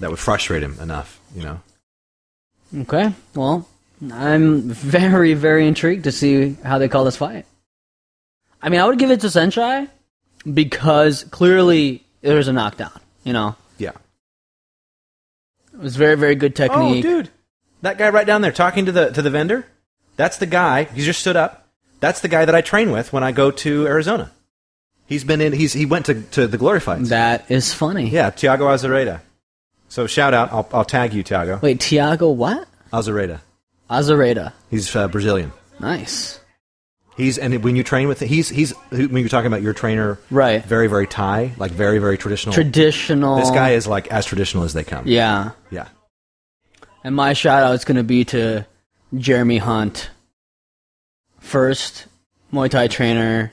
That would frustrate him enough, you know.
Okay. Well, I'm very, very intrigued to see how they call this fight. I mean, I would give it to Senchai because clearly there was a knockdown. You know,
Yeah.
it was very, very good
Oh,
technique.
dude, that guy right down there talking to the to the vendor. That's the guy. He just stood up. That's the guy that I train with when I go to Arizona. He's been in. He's he went to to the glory fights.
that is funny.
Yeah, Tiago Azareda. So shout out. I'll, I'll tag you, Tiago
Wait, Tiago what?
Azareda.
Azareda.
He's uh, Brazilian.
Nice.
He's and when you train with he's he's when you're talking about your trainer,
Right.
Very very Thai, like very very traditional.
Traditional.
this guy is like as traditional as they come.
Yeah.
yeah.
And my shout out is going to be to Jeremy Hunt. First Muay Thai trainer.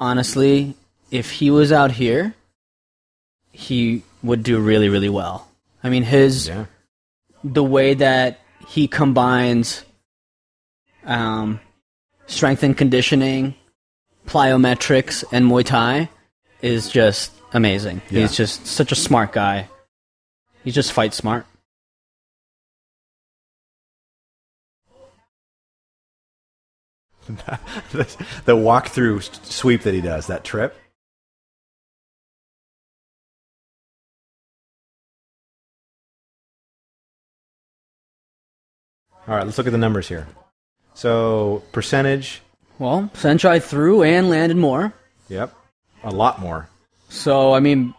Honestly, if he was out here, he would do really, really well. I mean, his
Yeah.
the way that he combines um, strength and conditioning, plyometrics, and Muay Thai is just amazing.
Yeah.
He's just such a smart guy. He's just fight smart.
the walkthrough s- sweep that he does, that trip. All right, let's look at the numbers here. So percentage,
Well, Senchai threw and landed more.
yep, a lot more.
So I mean,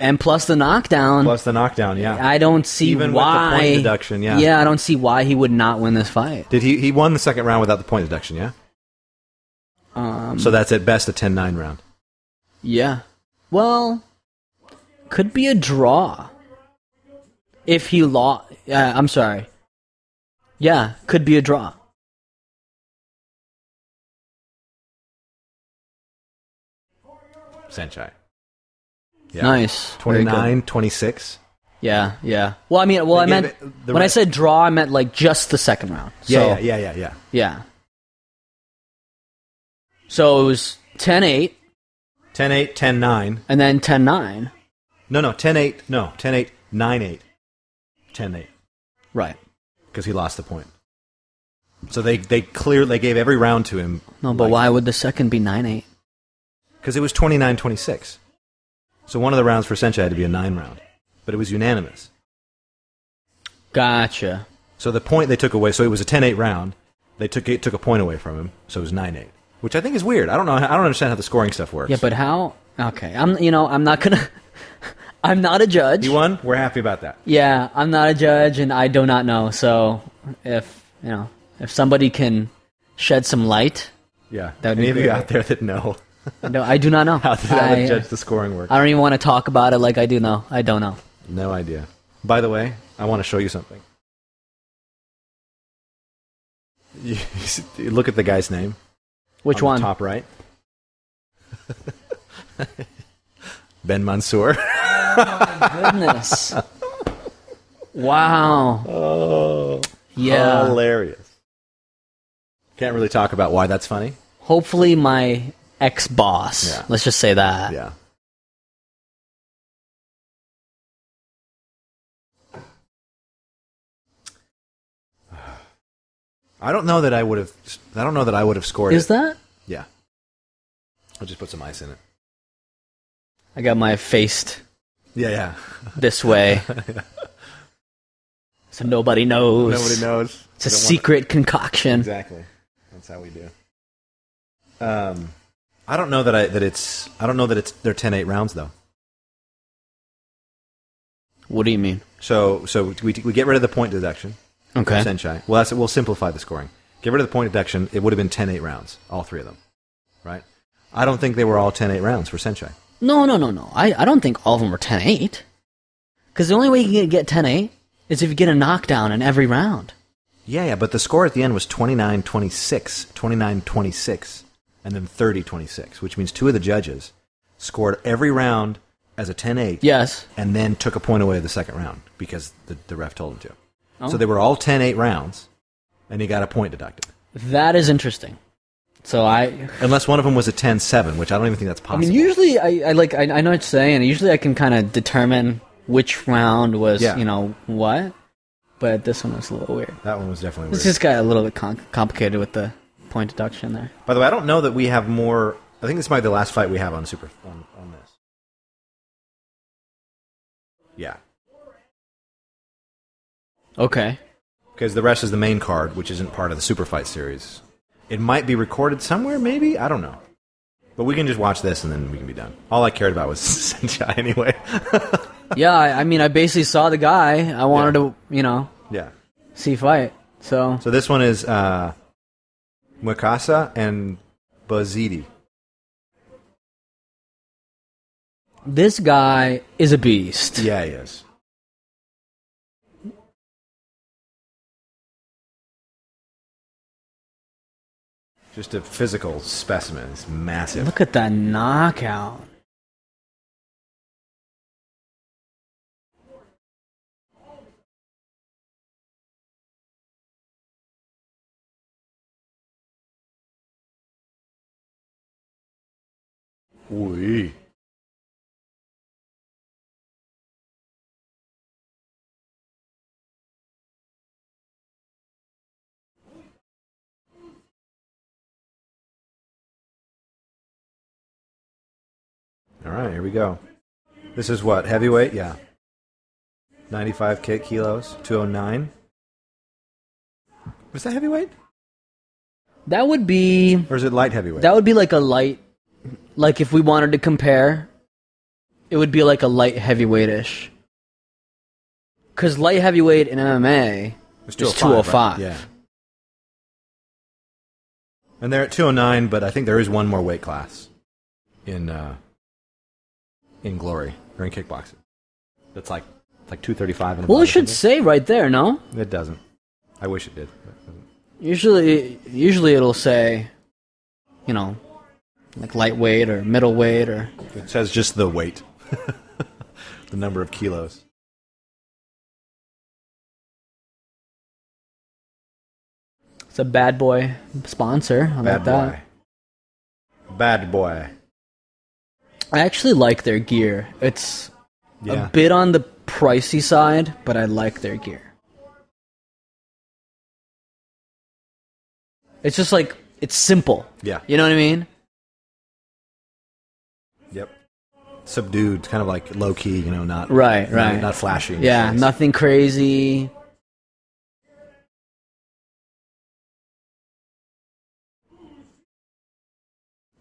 and plus the knockdown.
Plus the knockdown, yeah.
I don't see
Even with the
why
point deduction, yeah.
Yeah, I don't see why he would not win this fight.
Did he? He won the second round without the point deduction, yeah.
Um,
So that's at best a 10-9 round.
yeah. Well, could be a draw if he lost. Uh, I'm sorry. Yeah, could be a draw.
Senchai.
Nice. Very good.
29, 26.
Yeah, yeah. Well, I mean, well, I
Yeah,
meant
but the
when I
re-
said draw, I meant like just the second round.
Yeah,
so,
yeah, yeah, yeah, yeah.
yeah. So it was 10-8
10 8, 10 9.
and then 10-9.
No, no, 10 8. No, 10 8, 9 8. 10 8.
Right.
Because he lost the point. So they, they clear they gave every round to him.
No, but why would the second be 9-8?
Because it was 29 26. So one of the rounds for Senchai had to be a 9 round. But it was unanimous.
Gotcha.
So the point they took away, so it was a 10 8 round. They took, it took a point away from him, so it was 9 8. Which I think is weird. I don't know. I don't understand how the scoring stuff works.
Yeah, but how? Okay. I'm you know, I'm not going to I'm not a judge.
he won. We're happy about that.
Yeah, I'm not a judge and I do not know. So if, you know, if somebody can shed some light,
Yeah.
That would
Any
be
of you
great.
out there that know
no, I do not know.
how to, how to
I-
judge the scoring works?
I don't even want to talk about it like I do know. I don't know.
No idea. By the way, I want to show you something. You, you look at the guy's name.
Which
on the
one?
top right. ben Mansour.
Goodness. wow.
Oh,
Yeah.
hilarious. Can't really talk about why that's funny.
Hopefully my ex boss.
Yeah.
Let's just say that.
Yeah. I don't know that I would have. I don't know that I would have
Is
scored. it.
that?
Yeah. I'll just put some ice in it.
I got my faced
Yeah, yeah.
this way. so nobody knows.
Nobody knows.
It's a
We don't want-
secret concoction.
Exactly. That's how we do. Um, I don't know that I that it's. I don't know that it's. They're 10-8 rounds though.
What do you mean?
So so we we get rid of the point deduction.
Okay.
Senchai. Well, that's, we'll simplify the scoring. Get rid of the point deduction. It would have been 10-8 rounds, all three of them, right? I don't think they were all 10-8 rounds for Senchai.
No, no, no, no. I, I don't think all of them were 10 8. Because the only way you can get 10 8 is if you get a knockdown in every round.
Yeah, yeah, but the score at the end was 29 26, 29 26, and then 30 26, which means two of the judges scored every round as a 10 8
Yes.
and then took a point away of the second round because the, the ref told them to.
Oh.
So they were all 10 8 rounds, and he got a point deducted.
That is interesting. So I,
Unless one of them was a 10 7, which I don't even think that's
I
possible.
mean, usually I, I like I, I know what you're saying. Usually I can kind of determine which round was
Yeah.
you know what, but this one was a little weird.
that one was definitely weird.
This just got a little bit con- complicated with the point deduction there.
By the way, I don't know that we have more. I think this might be the last fight we have on Super on, on this. Yeah,
Okay.
because the rest is the main card, which isn't part of the Super Fight series. It might be recorded somewhere, maybe I don't know. But we can just watch this and then we can be done. All I cared about was Senchai anyway.
yeah, I, I mean, I basically saw the guy. I wanted to you know
yeah.
see fight. So
So this one is uh, Mikasa and Bazidi.
this guy is a beast.
Yeah, he is. Just a physical specimen. It's massive.
Look at that knockout.
Ooh. All right, here we go. This is what heavyweight, yeah. 95 ki- kilos, 209. Was that heavyweight,
That would be
or is it light heavyweight?
That would be like a light, like if we wanted to compare, it would be like a light heavyweight ish. Because light heavyweight in MMA
It's
is
205, right?
205.
Yeah. And they're at 209, but I think there is one more weight class in uh, in Glory or in kickboxing. That's like like 235. And
well,
above or
it should
something.
say right there, no?
It doesn't. I wish it did. but it doesn't.
Usually, usually it'll say, you know, like lightweight or middleweight or
It says just the weight, the number of kilos.
it's a bad boy sponsor. How about that?
boy. Bad boy.
I actually like their gear. It's
Yeah.
a bit on the pricey side, but I like their gear. It's just like it's simple.
Yeah.
You know what I mean?
Yep. Subdued, kind of like low key. You know, not
Right, right.
Not, not flashy. in
Yeah,
your face.
nothing crazy.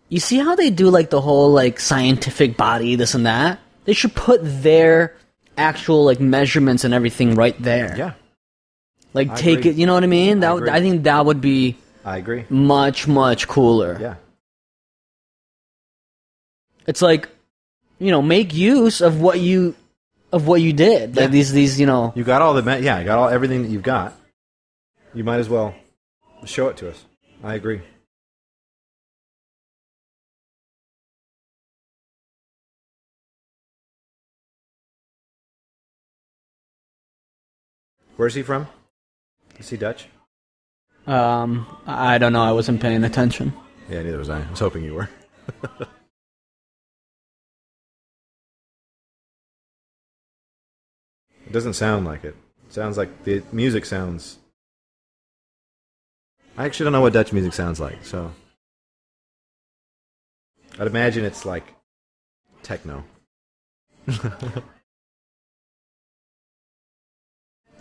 You see how they do like the whole like scientific body, this and that? They should put their actual like measurements and everything right there.
Yeah,
Like
I
take
agree.
it, you know what I mean? That would
agree.
I think that would be
I agree.
much much cooler.
Yeah.
It's like you know, make use of what you of what you did.
Yeah.
Like these these, you know,
You got all the ma- yeah, you got all everything that you've got. You might as well show it to us. I agree. Where's he from? Is he Dutch?
um I don't know, I wasn't paying attention.
Yeah, neither was I. I was hoping you were. it doesn't sound like it. It sounds like the music sounds. I actually don't know what Dutch music sounds like, so. I'd imagine it's like techno.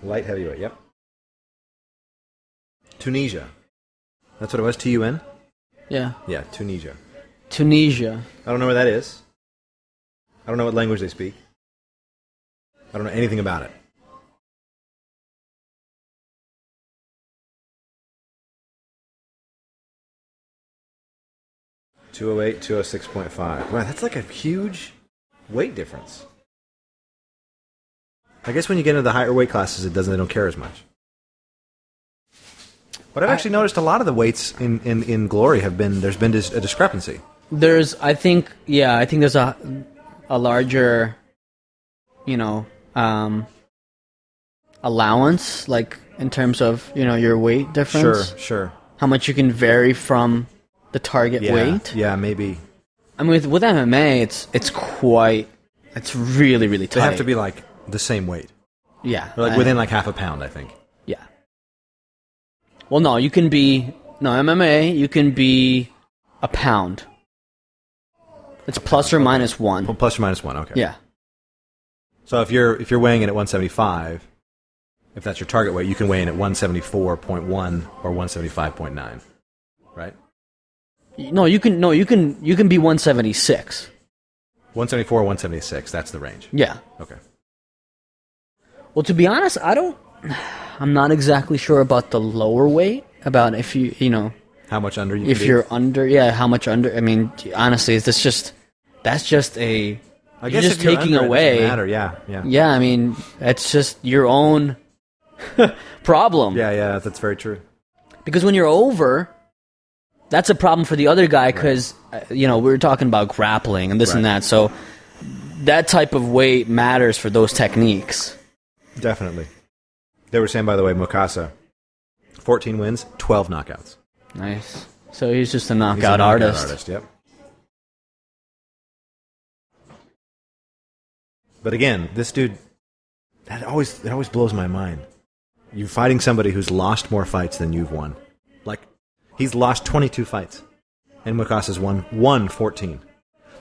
Light heavyweight, yep. Tunisia. That's what it was, T U N?
Yeah.
Yeah, Tunisia.
Tunisia.
I don't know where that is. I don't know what language they speak. I don't know anything about it. Two oh eight, two oh six point five. Wow, that's like a huge weight difference. I guess when you get into the higher weight classes, it doesn't. They don't care as much. But I've
I-
actually noticed a lot of the weights in, in, in glory have been there's been dis- a discrepancy.
There's I think yeah, I think there's a a larger you know, um allowance like in terms of, you know, your weight difference.
Sure, sure.
how much you can vary from the target
Yeah,
weight.
Yeah, maybe
I mean, with, with MMA, it's it's quite, it's really really tight.
they have to be like the same weight,
yeah,
They're, like
I-
within like half a pound, I think.
yeah. Well, no, you can be no MMA. You can be a pound. It's plus or minus
Well,
one.
plus or minus one. Okay.
Yeah,
So if you're if you're weighing in at 175, if that's your target weight, you can weigh in at 174.1 or 175.9, right?
no, you can no, you can you can be one seventy six.
174, 176. That's the range.
Yeah.
Okay.
Well, to be honest, I don't. I'm not exactly sure about the lower weight. About if you you know
How much under you?
if
can be?
you're under yeah how much under i mean honestly is this just that's just a
I
you're
guess
just
if you're
taking
under, it doesn't
away-
matter. Yeah, yeah,
yeah i mean it's just your own problem
yeah, yeah. That's very true.
because when you're over that's a problem for the other guy because you know we were talking about grappling and this and
Right.
that so that type of weight matters for those techniques
Definitely. They were saying, by the way, Mukasa, 14 wins, 12 knockouts.
nice so he's just a
He's
knockout,
a knockout
artist.
Yep. But again, this dude that always that always blows my mind. You're fighting somebody who's lost more fights than you've won. Like he's lost 22 fights, and Mukasa's won won 14.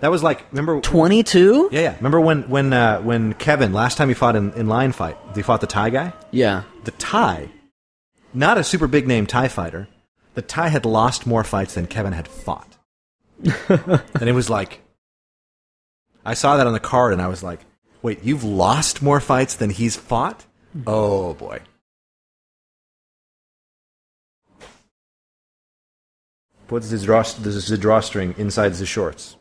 That was like remember
22
yeah yeah remember when when uh, when Kevin last time he fought in, in line fight he fought the Thai guy
yeah
the Thai not a super big name Thai fighter the Thai had lost more fights than Kevin had fought and it was like, I saw that on the card, and I was like, wait, you've lost more fights than he's fought? Oh boy. Puts the, draw, the, the drawstring inside the shorts.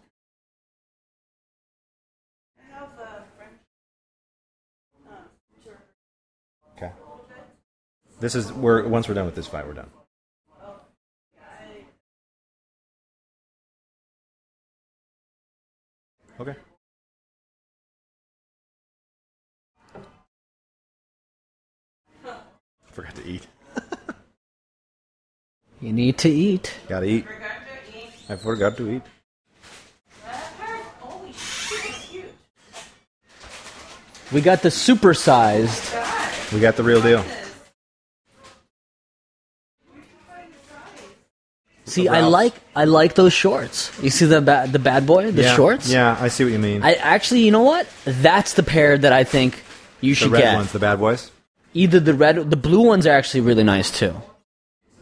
Okay. This is we're once we're done with this fight, we're done. Okay. Forgot to eat.
You need to eat.
Gotta eat.
Forgot to eat.
I forgot to eat.
That part, holy shit, it's huge.
We got the supersized.
God,
We got the real deal.
this.
See, I like I like those shorts. You see the ba- the bad boy, the
yeah.
shorts.
Yeah, I see what you mean.
I actually, you know what? That's the pair that I think you
the
should
red
get.
ones, the bad boys.
Either the red, the blue ones are actually really nice too.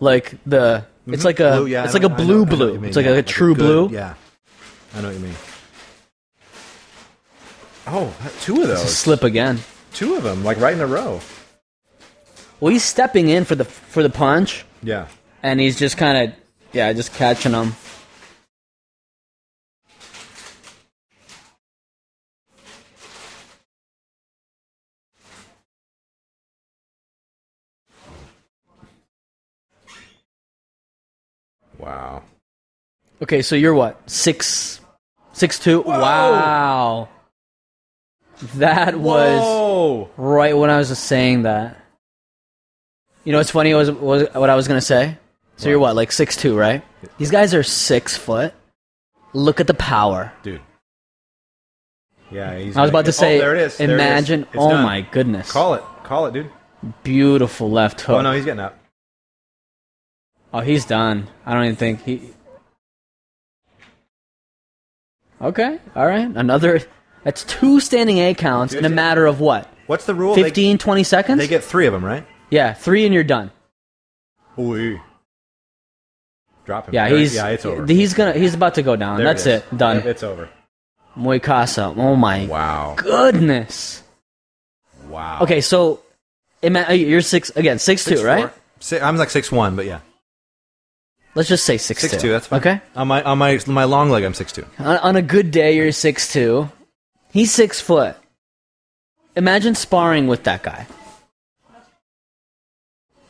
Like the, it's like a,
Mm-hmm. yeah,
it's
I
like a
know- I know-
blue
I know what
blue.
you mean,
It's like
yeah,
a true
good-
blue.
Yeah, I know what you mean. Oh, two of those,
Slip again.
two of them, like right in a row.
Well, he's stepping in for the for the punch,
Yeah,
and he's just kind of, yeah, just catching him.
wow.
Okay, so you're what six, six two? Wow, that was.
Whoa!
right when I was just saying that. You know what's funny was, was what I was gonna say. So you're what, like six two, right? These guys are six foot. Look at the power.
dude. Yeah, he's
I was about
oh,
to say.
there it is. There it is.
Imagine.
It's
Oh
done.
my goodness.
Call it, call it, dude.
Beautiful left hook.
Oh no, he's getting up.
Oh, he's done. I don't even think he. Okay. All right. Another. That's two standing A counts in a
Two-
matter of what?
What's the rule? They-
15, 20 seconds?
They get three of them, right?
yeah, three and you're done.
Ooh. Drop him.
Yeah,
There-
he's
yeah, it's over.
He's gonna he's about to go down.
There
That's
is.
it. Done.
It's over.
Moicasa. Oh my
Wow.
goodness.
Wow.
Okay, so ima- uh, you're six again, six, two, right?
Six, I'm like six one, but yeah,
Let's just say six,
six two. That's fine.
Okay,
On my on my my long leg, I'm six two.
on, on a good day, you're six two. He's six foot. Imagine sparring with that guy.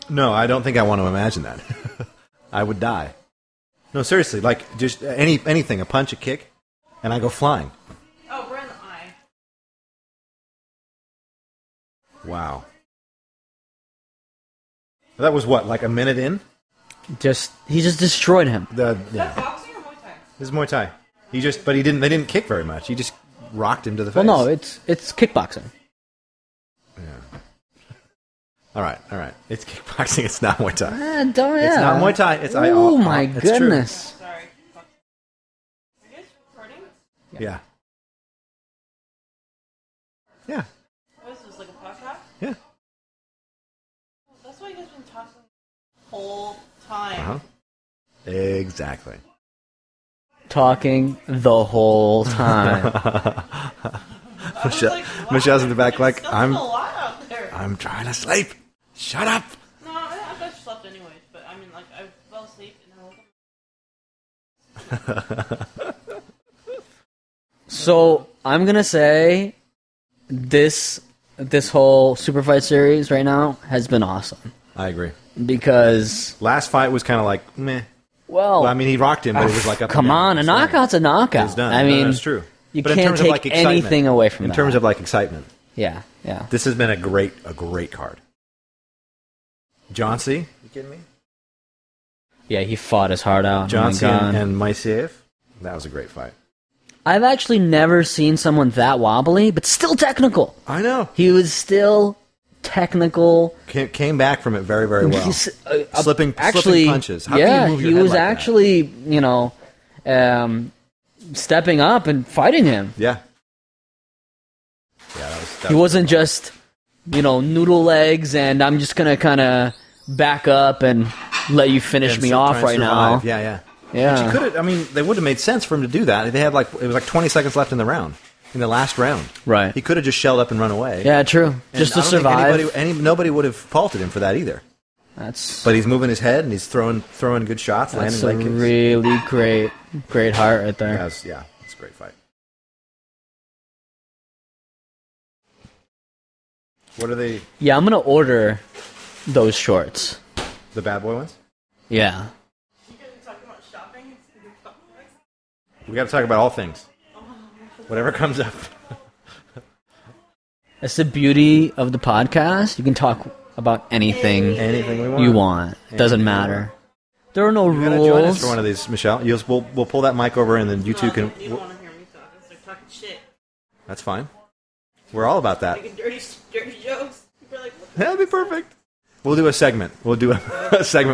No, I don't think I want to imagine that. I would die. No, seriously, like just any anything, a punch, a kick, and I go flying.
Oh, we're in the eye.
Wow. That was what, like a minute in?
Just he just destroyed him.
The
That's
yeah.
boxing or Muay Thai?
This is Muay Thai. He just but he didn't they didn't kick very much. He just rocked him to the face.
Well, no, it's it's kickboxing.
all right, all right. It's kickboxing, it's not Muay Thai.
Ah, don't,
It's
yeah.
not Muay Thai, it's I-
oh
I-
my
it's true.
goodness.
Sorry. Are you guys recording?
Yeah. Yeah.
What is Oh, this, like a podcast?
Yeah.
That's why you guys been talking the whole time.
Uh-huh. Exactly.
Talking the whole time.
was
Michelle,
like, wow,
Michelle's in the back,
there's
like
still
I'm. Uh.
a lot out there.
I'm trying to sleep. Shut up.
no, I, I bet you slept anyways, but I mean, like, I fell asleep and then I woke up.
So I'm gonna say this this whole super fight series right now has been awesome
I agree.
because
Last fight was kind of like meh.
well,
Well, I mean, he rocked him, but it was like up. and
come
down.
on, a
It's done.
knockout's a knockout.
It's done.
I
No,
mean,
that's true.
you
But in
can't
terms of,
take
like, excitement-
anything away from
in
that.
terms of like excitement,
yeah, yeah.
this has been a great, a great card. John C. You kidding me?
Yeah, he fought his heart out.
John
oh my
C.
God.
and, and Maisiev. That was a great fight.
I've actually never seen someone that wobbly, but still technical.
I know.
He was still technical.
Came, came back from it very, very well.
He's, uh, uh,
Slipping-
actually,
slipping punches. How can
yeah,
you move your
he
head
was
like that?
actually, you know, um, stepping up and fighting him.
Yeah. Yeah, that was. That
He wasn't just, you know, noodle legs and I'm just gonna kind of back up and let you finish
and
me
su-
off
trying to
right now. Uh.
survive. Yeah, yeah.
Yeah.
She could have. I mean, they would have made sense for him to do that. They had like it was like 20 seconds left in the round, in the last round.
Right.
He could have just shelled up and run away.
Yeah, true.
And
just
I
to
don't think
survive.
Anybody, any, nobody would have faulted him for that either.
That's
But he's moving his head and he's throwing throwing good shots,
that's
landing
a
leg kicks.
really great, great heart right there.
yeah, it's, yeah, it's a great fight. What are they?
Yeah, I'm gonna order those shorts.
The bad boy ones.
Yeah.
You guys are talking about shopping. It's in the comments.
We got to talk about all things. Whatever comes up.
That's the beauty of the podcast. You can talk about anything
Anything we want.
you want. It doesn't matter. There are no
You gotta join us
rules.
for one of these, Michelle. You'll, we'll, we'll pull that mic over, and then you two
No,
can.
You don't want to hear me talk. I start talking shit.
That's fine. We're all about that.
Making dirty, dirty jokes. People are like, what the
That'd be perfect. We'll do a segment. We'll do a, a segment.